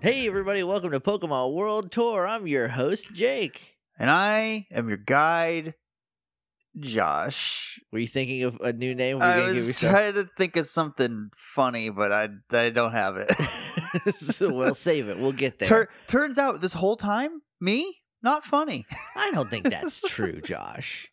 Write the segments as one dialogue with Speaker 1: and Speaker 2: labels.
Speaker 1: Hey, everybody, welcome to Pokemon World Tour. I'm your host, Jake.
Speaker 2: And I am your guide, Josh.
Speaker 1: Were you thinking of a new name? Were you
Speaker 2: I
Speaker 1: gonna give
Speaker 2: was
Speaker 1: yourself-
Speaker 2: trying to think of something funny, but I I don't have it.
Speaker 1: So we'll save it. We'll get there.
Speaker 2: Tur- turns out this whole time, me not funny.
Speaker 1: I don't think that's true, Josh.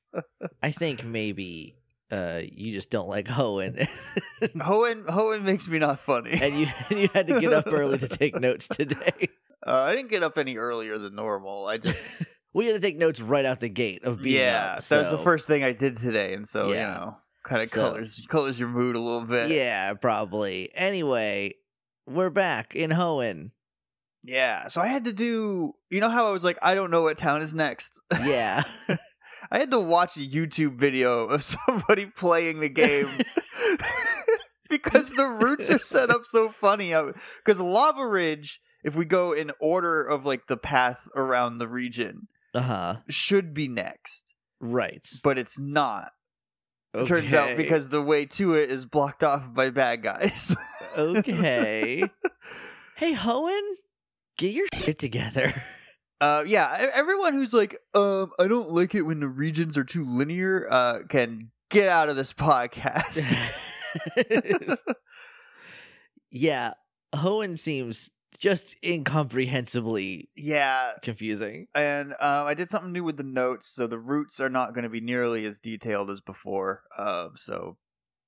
Speaker 1: I think maybe uh, you just don't like Hoenn,
Speaker 2: Hoenn Hoenn makes me not funny.
Speaker 1: and you and you had to get up early to take notes today.
Speaker 2: Uh, I didn't get up any earlier than normal. I just
Speaker 1: We had to take notes right out the gate of being
Speaker 2: yeah,
Speaker 1: up.
Speaker 2: that was the
Speaker 1: so-
Speaker 2: first thing I did today, and so
Speaker 1: Yeah.
Speaker 2: you know, kind of
Speaker 1: So-
Speaker 2: colors colors your mood a little bit.
Speaker 1: Yeah, probably. Anyway, we're back in Hoenn.
Speaker 2: yeah. So I had to do. You know how I was like, I don't know what town is next.
Speaker 1: Yeah.
Speaker 2: I had to watch a YouTube video of somebody playing the game because the routes are set up so funny. Because Lava Ridge, if we go in order of like the path around the region,
Speaker 1: Uh huh.
Speaker 2: should be next,
Speaker 1: Right.
Speaker 2: but it's not. It Turns out
Speaker 1: Okay.
Speaker 2: because the way to it is blocked off by bad guys.
Speaker 1: okay. hey, Hoenn, get your shit together.
Speaker 2: Uh, yeah, e- everyone who's like, um, I don't like it when the regions are too linear, uh, can get out of this podcast.
Speaker 1: yeah, Hoenn seems just incomprehensibly
Speaker 2: yeah,
Speaker 1: confusing.
Speaker 2: and um, I did something new with the notes, so the roots are not going to be nearly as detailed as before. Um, so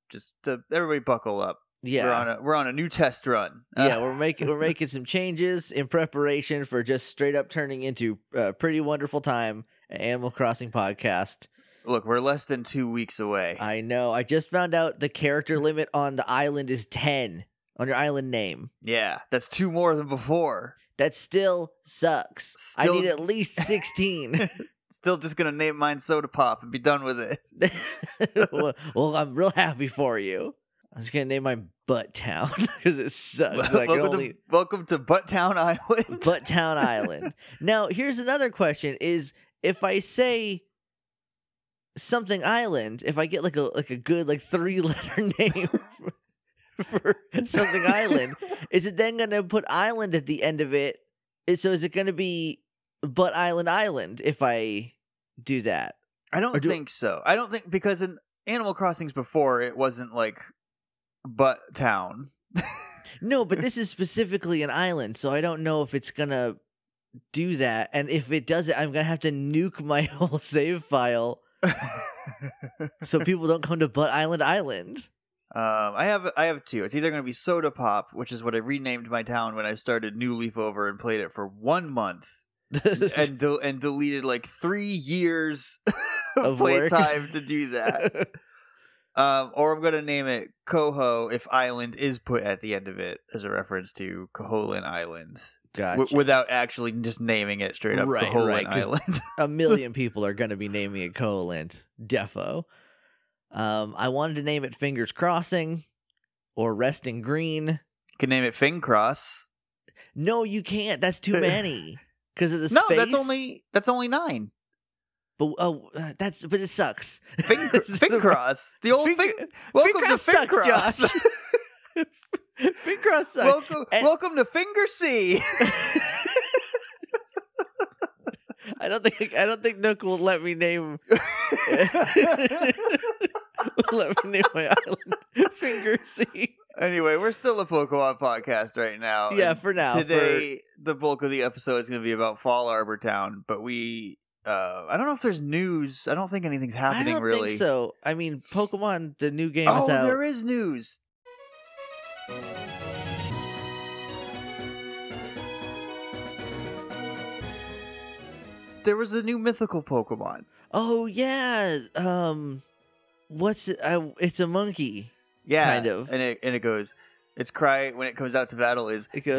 Speaker 2: just uh everybody buckle up. We're
Speaker 1: Yeah.
Speaker 2: on a we're on a new test run.
Speaker 1: yeah,
Speaker 2: Uh,
Speaker 1: we're making we're making some changes in preparation for just straight up turning into a pretty wonderful time an Animal Crossing podcast.
Speaker 2: look, we're less than two weeks away.
Speaker 1: I know. I just found out the character limit on the island is 10 on your island name.
Speaker 2: yeah, that's two more than before.
Speaker 1: That still sucks. I
Speaker 2: Still-
Speaker 1: need at least 16.
Speaker 2: Still just gonna name mine Soda Pop and be done with it.
Speaker 1: well, well, I'm real happy for you. I'm just gonna name my butt town because it sucks. Like
Speaker 2: welcome,
Speaker 1: only
Speaker 2: to, welcome to Butt Town Island.
Speaker 1: butt town island. Now, here's another question: Is if I say something island, if I get like a like a good like three letter name for something island, is it then gonna put island at the end of it? Is- So is it gonna be butt island island if I do that?
Speaker 2: I
Speaker 1: Or
Speaker 2: don't
Speaker 1: do-
Speaker 2: think so. I don't think because in Animal Crossings before it wasn't like Butt Town.
Speaker 1: No, but this is specifically an island, so I don't know if it's gonna do that. And if it does it, I'm gonna have to nuke my whole save file so people don't come to Butt Island Island.
Speaker 2: Um, I have I have two. It's either going to be Soda Pop, which is what I renamed my town when I started New Leaf Over and played it for one month, and del and deleted like three years
Speaker 1: Of
Speaker 2: of
Speaker 1: work.
Speaker 2: playtime to do that. um, or I'm going to name it Coho if Island is put at the end of it as a reference to Coholin Island,
Speaker 1: gotcha.
Speaker 2: w- without actually just naming it straight up
Speaker 1: Right,
Speaker 2: Coholin
Speaker 1: right, 'cause-
Speaker 2: Island.
Speaker 1: a million people are gonna be naming it Coaland Defo. Um, I wanted to name it Fingers Crossing or Resting Green.
Speaker 2: Can name it Fingcross.
Speaker 1: No, you can't. That's too many because of the
Speaker 2: No,
Speaker 1: space.
Speaker 2: that's only that's only nine.
Speaker 1: But oh, uh, that's but it sucks.
Speaker 2: Fing, Fingcross, the old
Speaker 1: Fing-
Speaker 2: Fing. Welcome
Speaker 1: Fingcross
Speaker 2: to
Speaker 1: sucks,
Speaker 2: Fingcross.
Speaker 1: Josh. Fingers sucks.
Speaker 2: Welcome,
Speaker 1: And-
Speaker 2: welcome to Finger C.
Speaker 1: I don't think I don't think Nook will let me name let me name my island Finger C.
Speaker 2: anyway, we're still a Pokemon podcast right now.
Speaker 1: Yeah,
Speaker 2: and
Speaker 1: for now. for-
Speaker 2: today, the bulk of the episode is going to be about Fall Arbor Town, but we. Uh, I don't know if there's news. I don't think anything's
Speaker 1: I
Speaker 2: happening
Speaker 1: don't
Speaker 2: really.
Speaker 1: think so. I mean, Pokemon the new game
Speaker 2: Oh,
Speaker 1: is out.
Speaker 2: there is news. There was a new mythical Pokemon.
Speaker 1: oh yeah. Um, what's it? I, it's a monkey.
Speaker 2: Yeah,
Speaker 1: Kind of.
Speaker 2: And it and it goes. Its cry when it comes out to battle is
Speaker 1: It goes.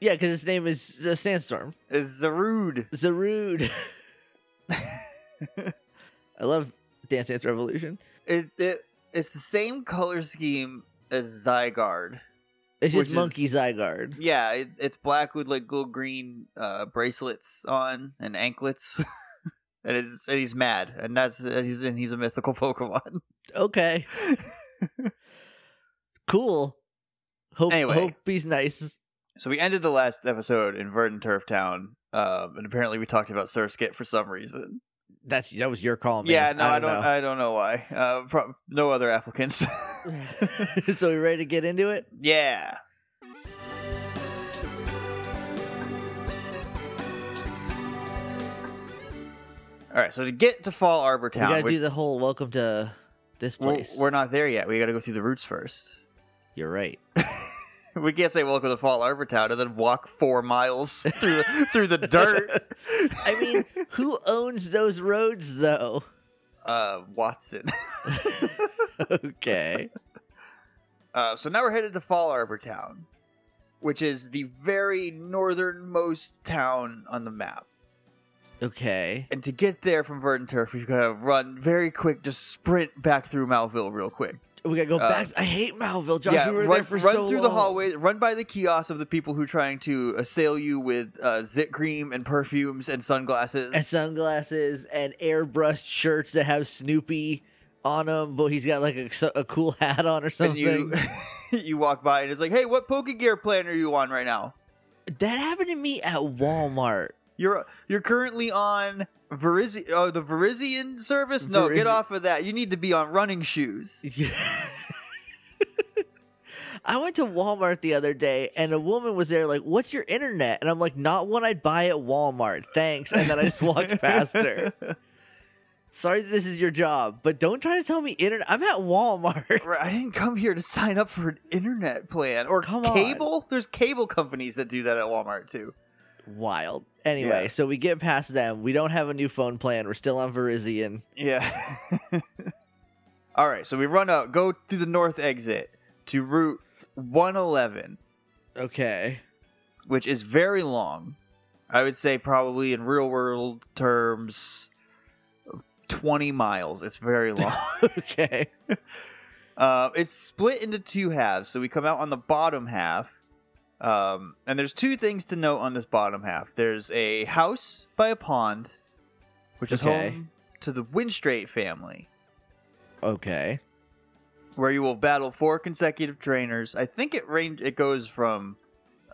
Speaker 1: Yeah, because its name is uh, Sandstorm.
Speaker 2: is Zarude.
Speaker 1: Zarude. I love Dance Dance Revolution.
Speaker 2: It, it it's the same color scheme as Zygarde.
Speaker 1: It's
Speaker 2: Which
Speaker 1: just Monkey
Speaker 2: is-
Speaker 1: Zygarde.
Speaker 2: Yeah, it, it's black with like little green uh, bracelets on and anklets. And, it's, and he's mad, and that's and he's and he's a mythical Pokemon.
Speaker 1: Okay. cool. Hope
Speaker 2: Anyway.
Speaker 1: hope he's nice.
Speaker 2: So we ended the last episode in Verdant Turf Town, um, and apparently we talked about Surskit for some reason.
Speaker 1: That's that was your call, man.
Speaker 2: yeah, no, Oh, I don't, I don't know why. Uh, prob- no other applicants.
Speaker 1: know.
Speaker 2: uh,
Speaker 1: so we ready to get into it?
Speaker 2: yeah. All right, so to get to Fall Arbor Town,
Speaker 1: we gotta
Speaker 2: we-
Speaker 1: do the whole welcome to this
Speaker 2: we're,
Speaker 1: place.
Speaker 2: we're not there yet. We got to go through the roots first.
Speaker 1: You're right.
Speaker 2: We can't say welcome to Fall Arbor Town and then walk four miles through the, through the dirt.
Speaker 1: I mean, who owns those roads though?
Speaker 2: Uh, Watson.
Speaker 1: okay.
Speaker 2: Uh, so now we're headed to Fall Arbor Town, which is the very northernmost town on the map.
Speaker 1: Okay.
Speaker 2: And to get there from Verdant Turf, we've got to run very quick, just sprint back through Malville real quick.
Speaker 1: We gotta go
Speaker 2: Uh,
Speaker 1: back. I hate Malville, Josh.
Speaker 2: yeah,
Speaker 1: we were
Speaker 2: run,
Speaker 1: there for
Speaker 2: run
Speaker 1: so
Speaker 2: through the
Speaker 1: long.
Speaker 2: hallways, run by the kiosks of the people who are trying to assail you with uh, zit cream and perfumes and sunglasses.
Speaker 1: and sunglasses and airbrushed shirts that have Snoopy on them, but he's got like a, so- a cool hat on or
Speaker 2: and
Speaker 1: something.
Speaker 2: you, you walk by and it's like, hey, what Poke Gear plan are you on right now?
Speaker 1: That happened to me at Walmart.
Speaker 2: You're you're currently on Verizi- oh, the Verizian service? No,
Speaker 1: Verizi-
Speaker 2: get off of that. You need to be on running shoes.
Speaker 1: I went to Walmart the other day and a woman was there like, "What's your internet?" And I'm like, "Not one I'd buy at Walmart, thanks." And then I just walked past her. Sorry that this is your job, but don't try to tell me internet. I'm at Walmart.
Speaker 2: Right, I didn't come here to sign up for an internet plan or
Speaker 1: Come on.
Speaker 2: cable. There's cable companies that do that at Walmart too.
Speaker 1: Wild. Anyway,
Speaker 2: Yeah.
Speaker 1: so we get past them. We don't have a new phone plan. We're still on Verizian.
Speaker 2: Yeah. All right, so we run out, go through the north exit to Route 111,
Speaker 1: Okay.
Speaker 2: which is very long. I would say probably in real world terms, 20 miles. It's very long.
Speaker 1: okay.
Speaker 2: Uh, it's split into two halves, so we come out on the bottom half. Um, and there's two things to note on this bottom half. There's a house by a pond, which is
Speaker 1: Okay.
Speaker 2: home to the Winstraight family,
Speaker 1: Okay.
Speaker 2: where you will battle four consecutive trainers. I think it range it goes from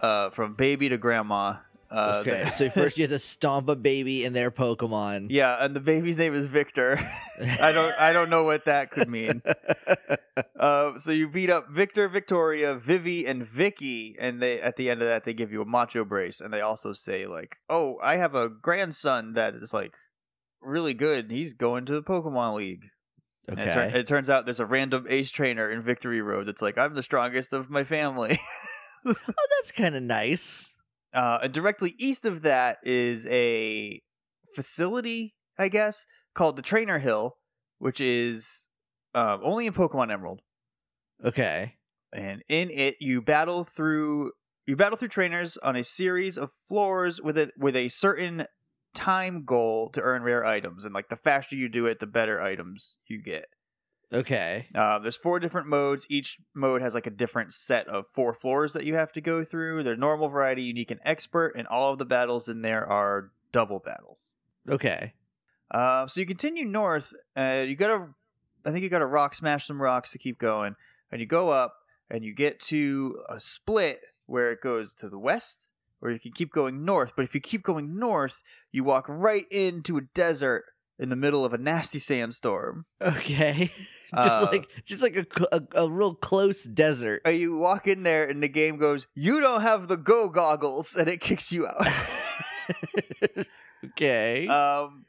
Speaker 2: uh, from baby to grandma. Uh,
Speaker 1: okay.
Speaker 2: the-
Speaker 1: so first you have to stomp a baby in their Pokemon.
Speaker 2: yeah, and the baby's name is Victor. I don't I don't know what that could mean. Uh, so you beat up Victor, Victoria, Vivi, and Vicky, and they at the end of that they give you a macho brace, and they also say like, "Oh, I have a grandson that is like really good. and He's going to the Pokemon League." And it, tur-
Speaker 1: okay.
Speaker 2: it turns out there's a random ace trainer in Victory Road that's like, "I'm the strongest of my family."
Speaker 1: Oh, that's kind of nice.
Speaker 2: Uh, and directly east of that is a facility, I guess, called the Trainer Hill, which is uh, only in Pokemon Emerald.
Speaker 1: Okay.
Speaker 2: and in it you battle through you battle through trainers on a series of floors with a with a certain time goal to earn rare items and like the faster you do it the better items you get
Speaker 1: Okay.
Speaker 2: uh, there's four different modes each mode has like a different set of four floors that you have to go through they're normal variety unique and expert and all of the battles in there are double battles
Speaker 1: Okay.
Speaker 2: uh, so you continue north. Uh, you gotta, I think you gotta rock smash some rocks to keep going, and you go up and you get to a split where it goes to the west, or you can keep going north. But if you keep going north, you walk right into a desert in the middle of a nasty sandstorm.
Speaker 1: Okay. just
Speaker 2: Uh,
Speaker 1: like just like a, cl- a a real close desert.
Speaker 2: And you walk in there, and the game goes, "You don't have the go goggles," and it kicks you out.
Speaker 1: okay.
Speaker 2: um,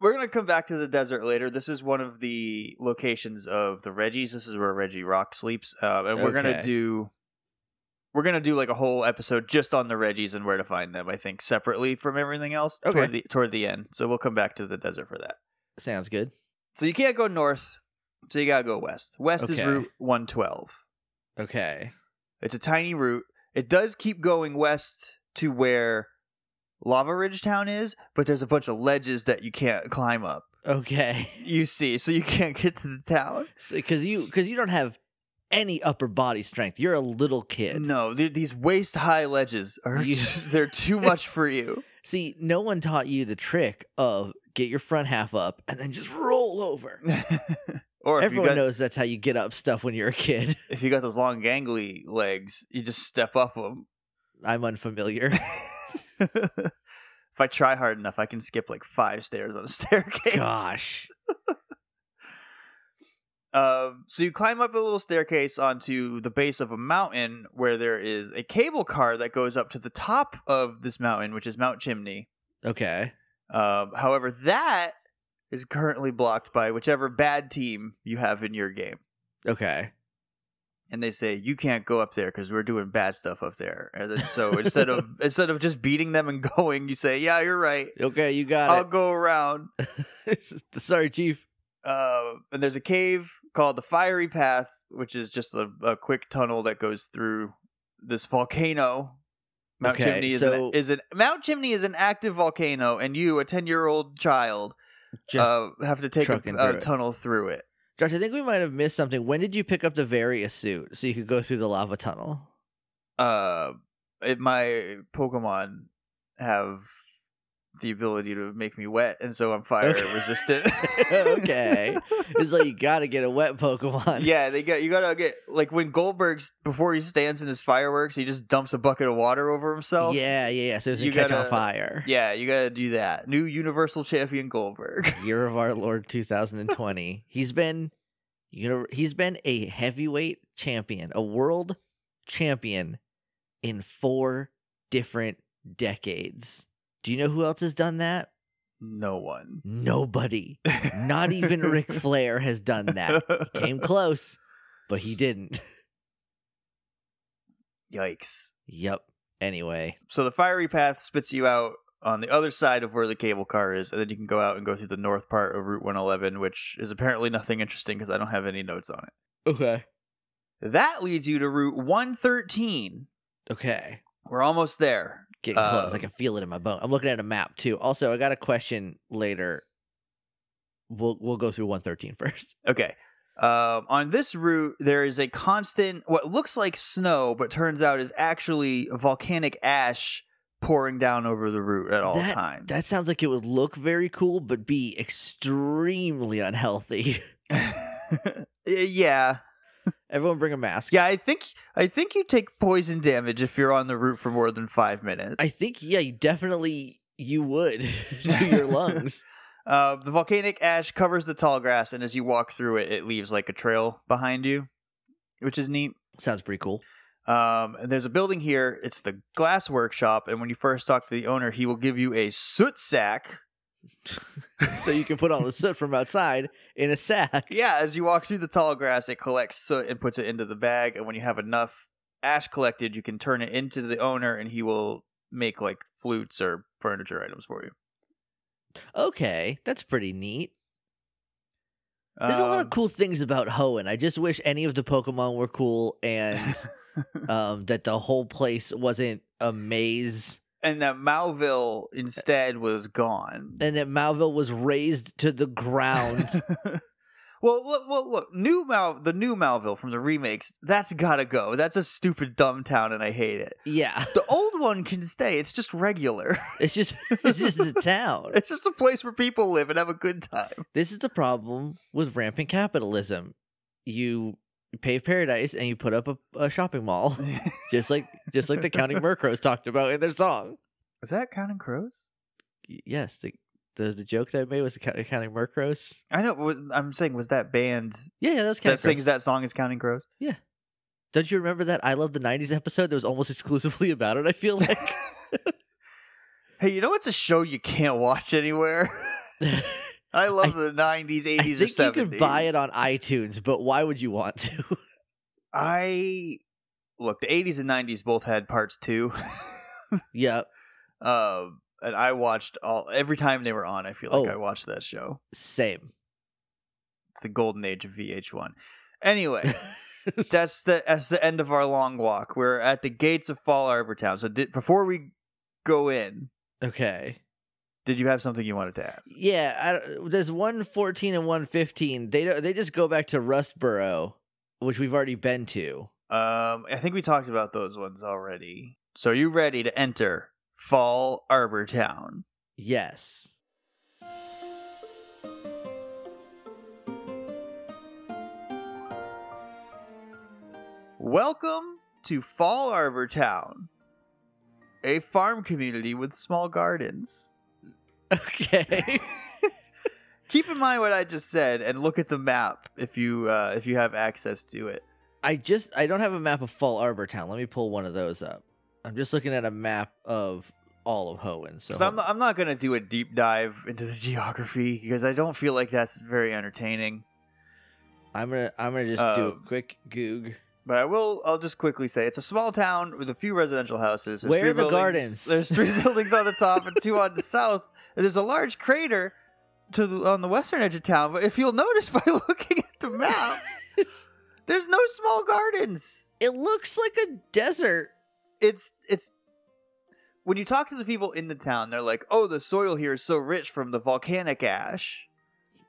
Speaker 2: we're gonna come back to the desert later. This is one of the locations of the Reggies. This is where Reggie Rock sleeps, uh, and we're
Speaker 1: Okay.
Speaker 2: gonna do we're gonna do like a whole episode just on the Reggies and where to find them. I think separately from everything else
Speaker 1: Okay.
Speaker 2: toward the toward the end. So we'll come back to the desert for that.
Speaker 1: Sounds good.
Speaker 2: So you can't go north, so you gotta go west. West is
Speaker 1: Okay.
Speaker 2: Route One Twelve.
Speaker 1: Okay.
Speaker 2: It's a tiny route. It does keep going west to where Lava Ridge Town is, but there's a bunch of ledges that you can't climb up.
Speaker 1: Okay.
Speaker 2: you see, so you can't get to the town.
Speaker 1: Because you because you don't have any upper body strength. You're a little kid.
Speaker 2: No, th- these waist high ledges are
Speaker 1: You-
Speaker 2: they're too much for you.
Speaker 1: See, no one taught you the trick of get your front half up and then just roll over.
Speaker 2: Or if
Speaker 1: Everyone
Speaker 2: Mm, you got
Speaker 1: knows that's how you get up stuff when you're a kid.
Speaker 2: if you got those long gangly legs, you just step up them.
Speaker 1: I'm unfamiliar.
Speaker 2: if I try hard enough, I can skip like five stairs on a staircase.
Speaker 1: Gosh.
Speaker 2: Um, so you climb up a little staircase onto the base of a mountain where there is a cable car that goes up to the top of this mountain, which is Mount Chimney.
Speaker 1: Okay.
Speaker 2: Um, however, that is currently blocked by whichever bad team you have in your game.
Speaker 1: Okay.
Speaker 2: And they say you can't go up there because we're doing bad stuff up there. And then, so instead of instead of just beating them and going, you say, "Yeah, you're right.
Speaker 1: Okay, you
Speaker 2: I'll
Speaker 1: got
Speaker 2: go around."
Speaker 1: it. Sorry, Chief.
Speaker 2: uh, and there's a cave called the Fiery Path, which is just a, a quick tunnel that goes through this volcano. Mount
Speaker 1: Okay,
Speaker 2: Chimney is,
Speaker 1: so-
Speaker 2: an, is an Mount Chimney is an active volcano, and you, a ten year old child,
Speaker 1: Just
Speaker 2: uh, have to take a,
Speaker 1: trucking
Speaker 2: a
Speaker 1: through it.
Speaker 2: tunnel through it.
Speaker 1: Josh, I think we might have missed something. When did you pick up the Various suit so you could go through the lava tunnel?
Speaker 2: Uh, it, my Pokemon have the ability to make me wet, and so I'm fire
Speaker 1: Okay.
Speaker 2: resistant.
Speaker 1: okay. It's like you gotta get a wet Pokemon.
Speaker 2: Yeah, they got you gotta get like when Goldberg's before he stands in his fireworks, he just dumps a bucket of water over himself.
Speaker 1: Yeah, yeah, yeah. So it's
Speaker 2: You
Speaker 1: gonna catch on
Speaker 2: gotta-
Speaker 1: fire.
Speaker 2: Yeah, you gotta do that. New Universal Champion Goldberg.
Speaker 1: Year of our Lord 2020. he's been you know he's been a heavyweight champion, a world champion in four different decades. Do you know who else has done that?
Speaker 2: No one.
Speaker 1: Nobody. Not even Ric Flair has done that. He came close, but he didn't.
Speaker 2: Yikes.
Speaker 1: Yep. Anyway,
Speaker 2: So the fiery path spits you out on the other side of where the cable car is, and then you can go out and go through the north part of Route 111, which is apparently nothing interesting because I don't have any notes on it.
Speaker 1: Okay.
Speaker 2: That leads you to Route 113.
Speaker 1: Okay.
Speaker 2: We're almost there.
Speaker 1: Getting close. I
Speaker 2: Um,
Speaker 1: can feel it in my bone. I'm looking at a map too. Also, I got a question later. We'll we'll go through 113 first.
Speaker 2: Okay. Um, on this route, there is a constant, what looks like snow, but turns out is actually volcanic ash pouring down over the route at all
Speaker 1: That-
Speaker 2: times.
Speaker 1: That sounds like it would look very cool, but be extremely unhealthy.
Speaker 2: yeah,
Speaker 1: Everyone bring a mask.
Speaker 2: yeah. I think I think you take poison damage if you're on the route for more than five minutes.
Speaker 1: I think, yeah, you definitely you would to your lungs.
Speaker 2: Uh, the volcanic ash covers the tall grass, and as you walk through it, it leaves like a trail behind you, which is neat.
Speaker 1: sounds pretty cool.
Speaker 2: Um, and there's a building here. It's the glass workshop. And when you first talk to the owner, he will give you a soot sack.
Speaker 1: so you can put all the soot from outside in a sack.
Speaker 2: Yeah, as you walk through the tall grass, it collects soot and puts it into the bag. And when you have enough ash collected, you can turn it into the owner, and he will make like flutes or furniture items for you.
Speaker 1: Okay, that's pretty neat. There's a lot
Speaker 2: Um,
Speaker 1: of cool things about Hoenn. I just wish any of the Pokemon were cool and um, that the whole place wasn't a maze
Speaker 2: and that Malville instead was gone.
Speaker 1: and that Malville was raised to the ground.
Speaker 2: well, look, well, look, new Mal, the new Malville from the remakes. That's gotta go. That's a stupid dumb town, and I hate it.
Speaker 1: yeah,
Speaker 2: The old one can stay. It's just regular.
Speaker 1: it's just it's just a town.
Speaker 2: It's just a place where people live and have a good time.
Speaker 1: This is the problem with rampant capitalism. You pave paradise and you put up a, a shopping mall, just like just like the Counting Murkrows talked about in their song.
Speaker 2: Is that Counting Crows?
Speaker 1: Y- Yes, the the, the joke that I made was the Count- Counting Murkrows.
Speaker 2: I know. wa- I'm saying, was that band
Speaker 1: Yeah, yeah, that was
Speaker 2: that
Speaker 1: Counting Crows.
Speaker 2: sings that song is Counting Crows?
Speaker 1: Don't you remember that I Love the 90s episode that was almost exclusively about it? I feel like.
Speaker 2: Hey, you know what's a show you can't watch anywhere? I love the 90s, 80s,
Speaker 1: I
Speaker 2: or
Speaker 1: think
Speaker 2: 70s.
Speaker 1: you could buy it on iTunes, but why would you want to?
Speaker 2: I look. The 80s and 90s both had parts two,
Speaker 1: yep.
Speaker 2: um, and I watched all every time they were on. I feel like
Speaker 1: Oh.
Speaker 2: I watched that show.
Speaker 1: Same.
Speaker 2: It's the golden age of VH1. Anyway. that's the that's the end of our long walk. We're at the gates of Fall Arbor Town. So did, before we go in,
Speaker 1: okay.
Speaker 2: did you have something you wanted to ask?
Speaker 1: Yeah, I, don't- there's 114 and 115. They don't, they just go back to Rustboro, which we've already been to.
Speaker 2: Um, I think we talked about those ones already. So are you ready to enter Fall Arbor Town?
Speaker 1: Yes.
Speaker 2: Welcome to Fall Arbor Town, a farm community with small gardens.
Speaker 1: Okay.
Speaker 2: Keep in mind what I just said, and look at the map if you uh, if you have access to it.
Speaker 1: I just I don't have a map of Fall Arbor Town. Let me pull one of those up. I'm just looking at a map of all of Hoenn. So
Speaker 2: 'Cause I'm not, I'm not gonna do a deep dive into the geography because I don't feel like that's very entertaining.
Speaker 1: I'm gonna I'm gonna just do a
Speaker 2: Um,
Speaker 1: quick goog.
Speaker 2: But I will. I'll just quickly say it's a small town with a few residential houses. There's
Speaker 1: Where
Speaker 2: three
Speaker 1: are the
Speaker 2: buildings-
Speaker 1: gardens?
Speaker 2: There's three buildings on the top and two on the south. And there's a large crater to the, on the western edge of town. But if you'll notice by looking at the map, there's no small gardens.
Speaker 1: It looks like a desert.
Speaker 2: It's it's when you talk to the people in the town, they're like, "Oh, the soil here is so rich from the volcanic ash."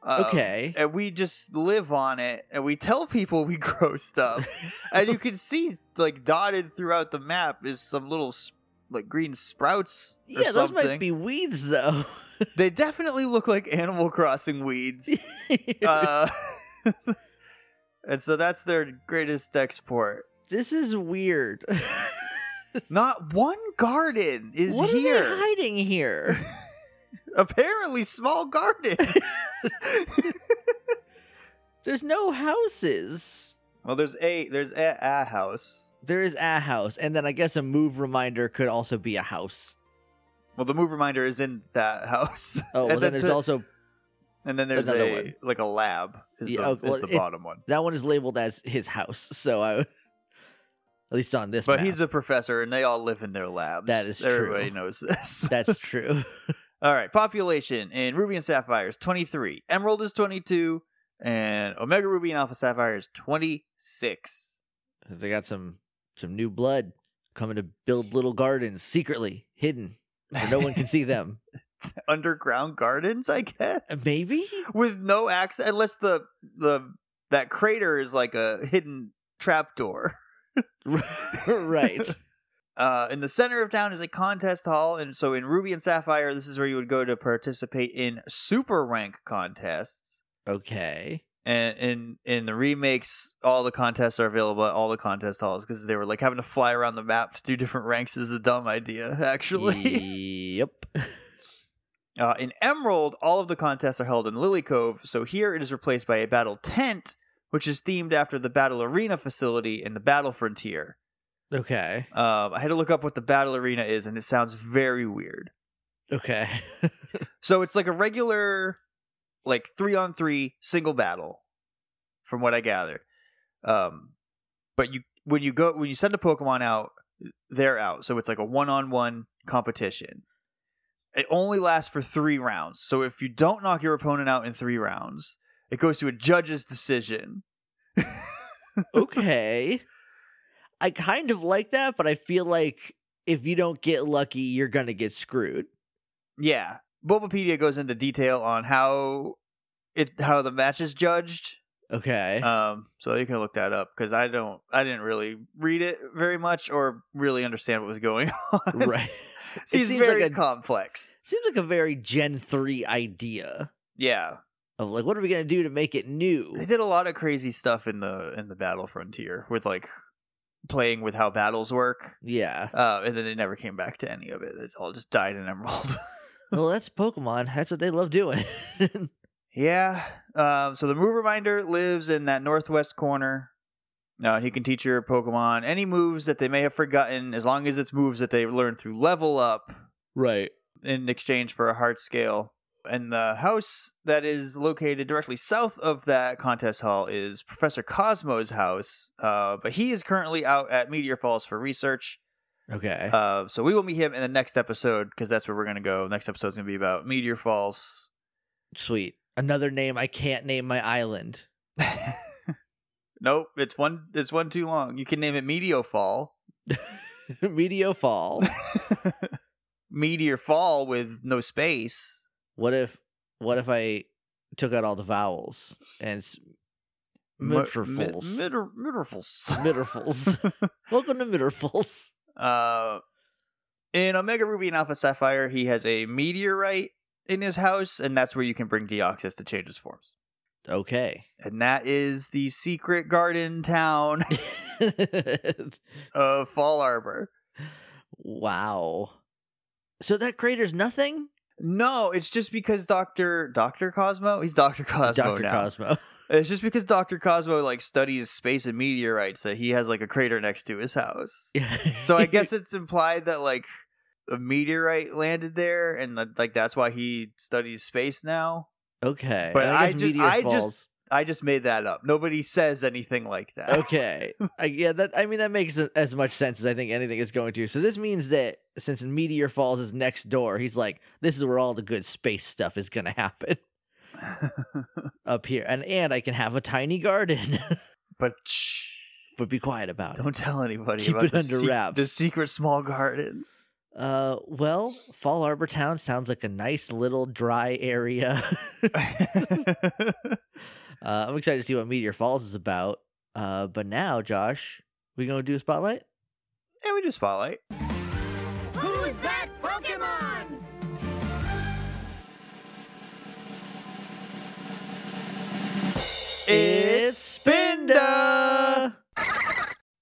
Speaker 2: Um,
Speaker 1: Okay.
Speaker 2: and we just live on it and we tell people we grow stuff and you can see like dotted throughout the map is some little s- like green sprouts or
Speaker 1: Yeah, those
Speaker 2: something
Speaker 1: might be weeds though.
Speaker 2: they definitely look like animal crossing weeds uh, and so that's their greatest export
Speaker 1: this is weird.
Speaker 2: not one garden is
Speaker 1: what
Speaker 2: here
Speaker 1: are they hiding here?
Speaker 2: apparently small gardens
Speaker 1: There's no houses.
Speaker 2: well there's a there's a, a house
Speaker 1: There is a house, and then I guess a move reminder could also be a house.
Speaker 2: well the move reminder is in that house
Speaker 1: Oh, well,
Speaker 2: And
Speaker 1: then there's
Speaker 2: to-
Speaker 1: also
Speaker 2: And then there's
Speaker 1: Another
Speaker 2: a
Speaker 1: one.
Speaker 2: like a lab is
Speaker 1: Yeah,
Speaker 2: the,
Speaker 1: oh,
Speaker 2: is
Speaker 1: well,
Speaker 2: the
Speaker 1: it-
Speaker 2: bottom one.
Speaker 1: that one is labeled as his house. So I, at least on this,
Speaker 2: But
Speaker 1: map.
Speaker 2: he's a professor, and they all live in their labs.
Speaker 1: That is true.
Speaker 2: Everybody knows this.
Speaker 1: that's true.
Speaker 2: all right, population in Ruby and Sapphire is 23. Emerald is 22, and Omega Ruby and Alpha Sapphire is 26.
Speaker 1: they got some some new blood coming to build little gardens secretly, hidden, where no one can see them.
Speaker 2: Underground gardens, I guess,
Speaker 1: Maybe
Speaker 2: with no access, unless the the that crater is like a hidden trapdoor.
Speaker 1: right.
Speaker 2: Uh, in the center of town is a contest hall, and so in Ruby and Sapphire, this is where you would go to participate in super rank contests.
Speaker 1: Okay.
Speaker 2: And in in the remakes, all the contests are available at all the contest halls because they were like having to fly around the map to do different ranks is a dumb idea, actually.
Speaker 1: Yep.
Speaker 2: Uh, in Emerald, all of the contests are held in Lily Cove, so here it is replaced by a battle tent, which is themed after the battle arena facility in the Battle Frontier.
Speaker 1: Okay.
Speaker 2: Um, I had to look up what the battle arena is, and it sounds very weird.
Speaker 1: Okay.
Speaker 2: So it's like a regular, like three on three single battle, from what I gather. Um, but you when you go when you send a Pokemon out, they're out. So it's like a one on one competition. It only lasts for three rounds. So if you don't knock your opponent out in three rounds, it goes to a judge's decision.
Speaker 1: okay. I kind of like that, but I feel like if you don't get lucky, you're gonna get screwed.
Speaker 2: Yeah, Bulbapedia goes into detail on how it how the match is judged.
Speaker 1: Okay.
Speaker 2: Um, so you can look that up because I don't, I didn't really read it very much or really understand what was going on.
Speaker 1: right.
Speaker 2: He's
Speaker 1: seems
Speaker 2: very
Speaker 1: like a-
Speaker 2: complex.
Speaker 1: Seems like a very Gen three idea
Speaker 2: Yeah,
Speaker 1: of like, what are we gonna do to make it new?
Speaker 2: they did a lot of crazy stuff in the in the Battle Frontier with like playing with how battles work.
Speaker 1: Yeah.
Speaker 2: Uh, and then they never came back to any of it. It all just died in Emerald.
Speaker 1: Well, that's Pokemon. That's what they love doing.
Speaker 2: yeah. Um, so the move reminder lives in that northwest corner. Uh, he can teach your Pokemon any moves that they may have forgotten, as long as it's moves that they learned through level up.
Speaker 1: right.
Speaker 2: in exchange for a heart scale. And the house that is located directly south of that contest hall is Professor Cosmo's house, uh, but he is currently out at Meteor Falls for research.
Speaker 1: Okay.
Speaker 2: Uh, so we will meet him in the next episode because that's where we're going to go. Next episode is going to be about Meteor Falls.
Speaker 1: Sweet. Another name I can't name my island.
Speaker 2: nope, it's one. It's one too long. You can name it Meteor Fall.
Speaker 1: Meteor Fall.
Speaker 2: Meteor Fall with no space.
Speaker 1: What if what if I took out all the vowels and it's Mitterfuls.
Speaker 2: Mitterfuls.
Speaker 1: Mitterfuls. Welcome to Mitterfuls.
Speaker 2: Uh, in Omega Ruby and Alpha Sapphire, he has a meteorite in his house, and that's where you can bring Deoxys to change his forms.
Speaker 1: Okay.
Speaker 2: And that is the secret garden town. Uh, Fall Harbor.
Speaker 1: wow. So that crater's nothing?
Speaker 2: No, it's just because Doctor Doctor Cosmo. He's Doctor Cosmo
Speaker 1: Dr.
Speaker 2: now.
Speaker 1: Cosmo.
Speaker 2: It's just because Doctor Cosmo like studies space and meteorites that he has like a crater next to his house. So I guess it's implied that like a meteorite landed there, and that, like that's why he studies space now.
Speaker 1: Okay.
Speaker 2: But
Speaker 1: guess
Speaker 2: I just-
Speaker 1: meteor
Speaker 2: I just-
Speaker 1: falls.
Speaker 2: I just made that up. Nobody says anything like that.
Speaker 1: okay. I, yeah, that I mean that makes a- as much sense as I think anything is going to. So this means that since Meteor Falls is next door, he's like, this is where all the good space stuff is gonna happen up here, and and I can have a tiny garden,
Speaker 2: but shh,
Speaker 1: but be quiet about
Speaker 2: don't tell anybody.
Speaker 1: Keep
Speaker 2: about
Speaker 1: it
Speaker 2: the
Speaker 1: under
Speaker 2: sec-
Speaker 1: wraps.
Speaker 2: The secret small gardens.
Speaker 1: it. Uh, well, Fall Arbor Town sounds like a nice little dry area. uh, I'm excited to see what Meteor Falls is about. Uh, but now, Josh, we gonna do a spotlight?
Speaker 2: And we do spotlight.
Speaker 3: Who's that Pokemon?
Speaker 1: It's Spinda.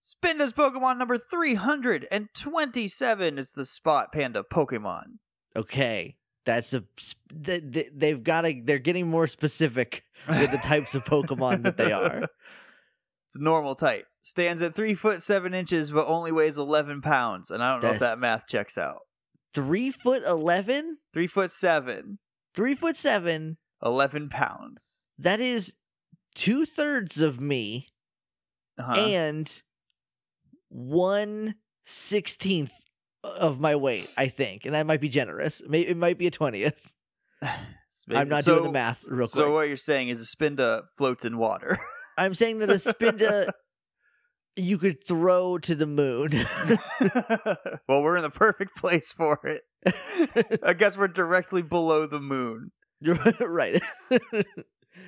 Speaker 2: Spinda's Pokemon number 327 is the Spot Panda Pokemon.
Speaker 1: okay that's a sp- th- th- they've got to they're getting more specific with the types of pokemon that they are
Speaker 2: It's a normal type. Stands at 3 foot 7 inches but only weighs 11 pounds. And I don't know if
Speaker 1: That's-
Speaker 2: that math checks out.
Speaker 1: three foot eleven
Speaker 2: 3 foot 7,
Speaker 1: three foot seven
Speaker 2: 11 pounds.
Speaker 1: that is two-thirds of me
Speaker 2: Uh-huh.
Speaker 1: and one sixteenth of my weight i think and that might be generous May it might be a 20th i'm not doing the math real quick
Speaker 2: So what you're saying is a Spinda floats in water.
Speaker 1: i'm saying that a spinda you could throw to the moon
Speaker 2: well, we're in the perfect place for it. I guess we're directly below the moon.
Speaker 1: right.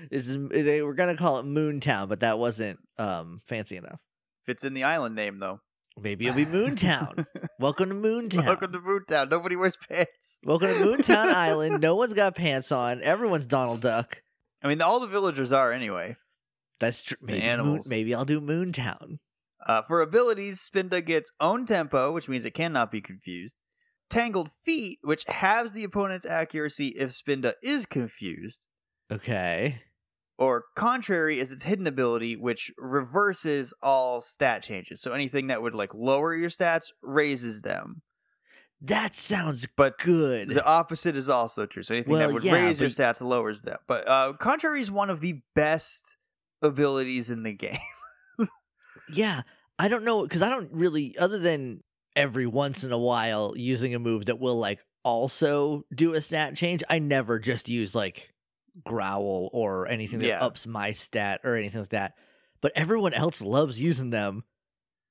Speaker 1: this is they were gonna call it Moontown, but that wasn't um fancy enough.
Speaker 2: Fits in the island name though.
Speaker 1: Maybe it'll be Moontown. Welcome to Moontown.
Speaker 2: Welcome to Moon Town. Nobody wears pants.
Speaker 1: Welcome to Moontown Island. No one's got pants on. Everyone's Donald Duck.
Speaker 2: I mean, all the villagers are anyway.
Speaker 1: That's true. Maybe, Moon-
Speaker 2: animals.
Speaker 1: maybe I'll do Moontown.
Speaker 2: Uh, for abilities, Spinda gets own tempo, which means it cannot be confused. Tangled feet, which halves the opponent's accuracy if Spinda is confused.
Speaker 1: Okay.
Speaker 2: Or contrary is its hidden ability, which reverses all stat changes. So anything that would like lower your stats raises them.
Speaker 1: That sounds
Speaker 2: But
Speaker 1: good.
Speaker 2: The opposite is also true. So anything
Speaker 1: Well,
Speaker 2: that would
Speaker 1: yeah,
Speaker 2: raise your
Speaker 1: but-
Speaker 2: stats lowers them. But uh, contrary is one of the best abilities in the game.
Speaker 1: yeah. I don't know because I don't really other than every once in a while using a move that will like also do a stat change, I never just use like growl or anything that
Speaker 2: Yeah.
Speaker 1: ups my stat or anything like that. But everyone else loves using them.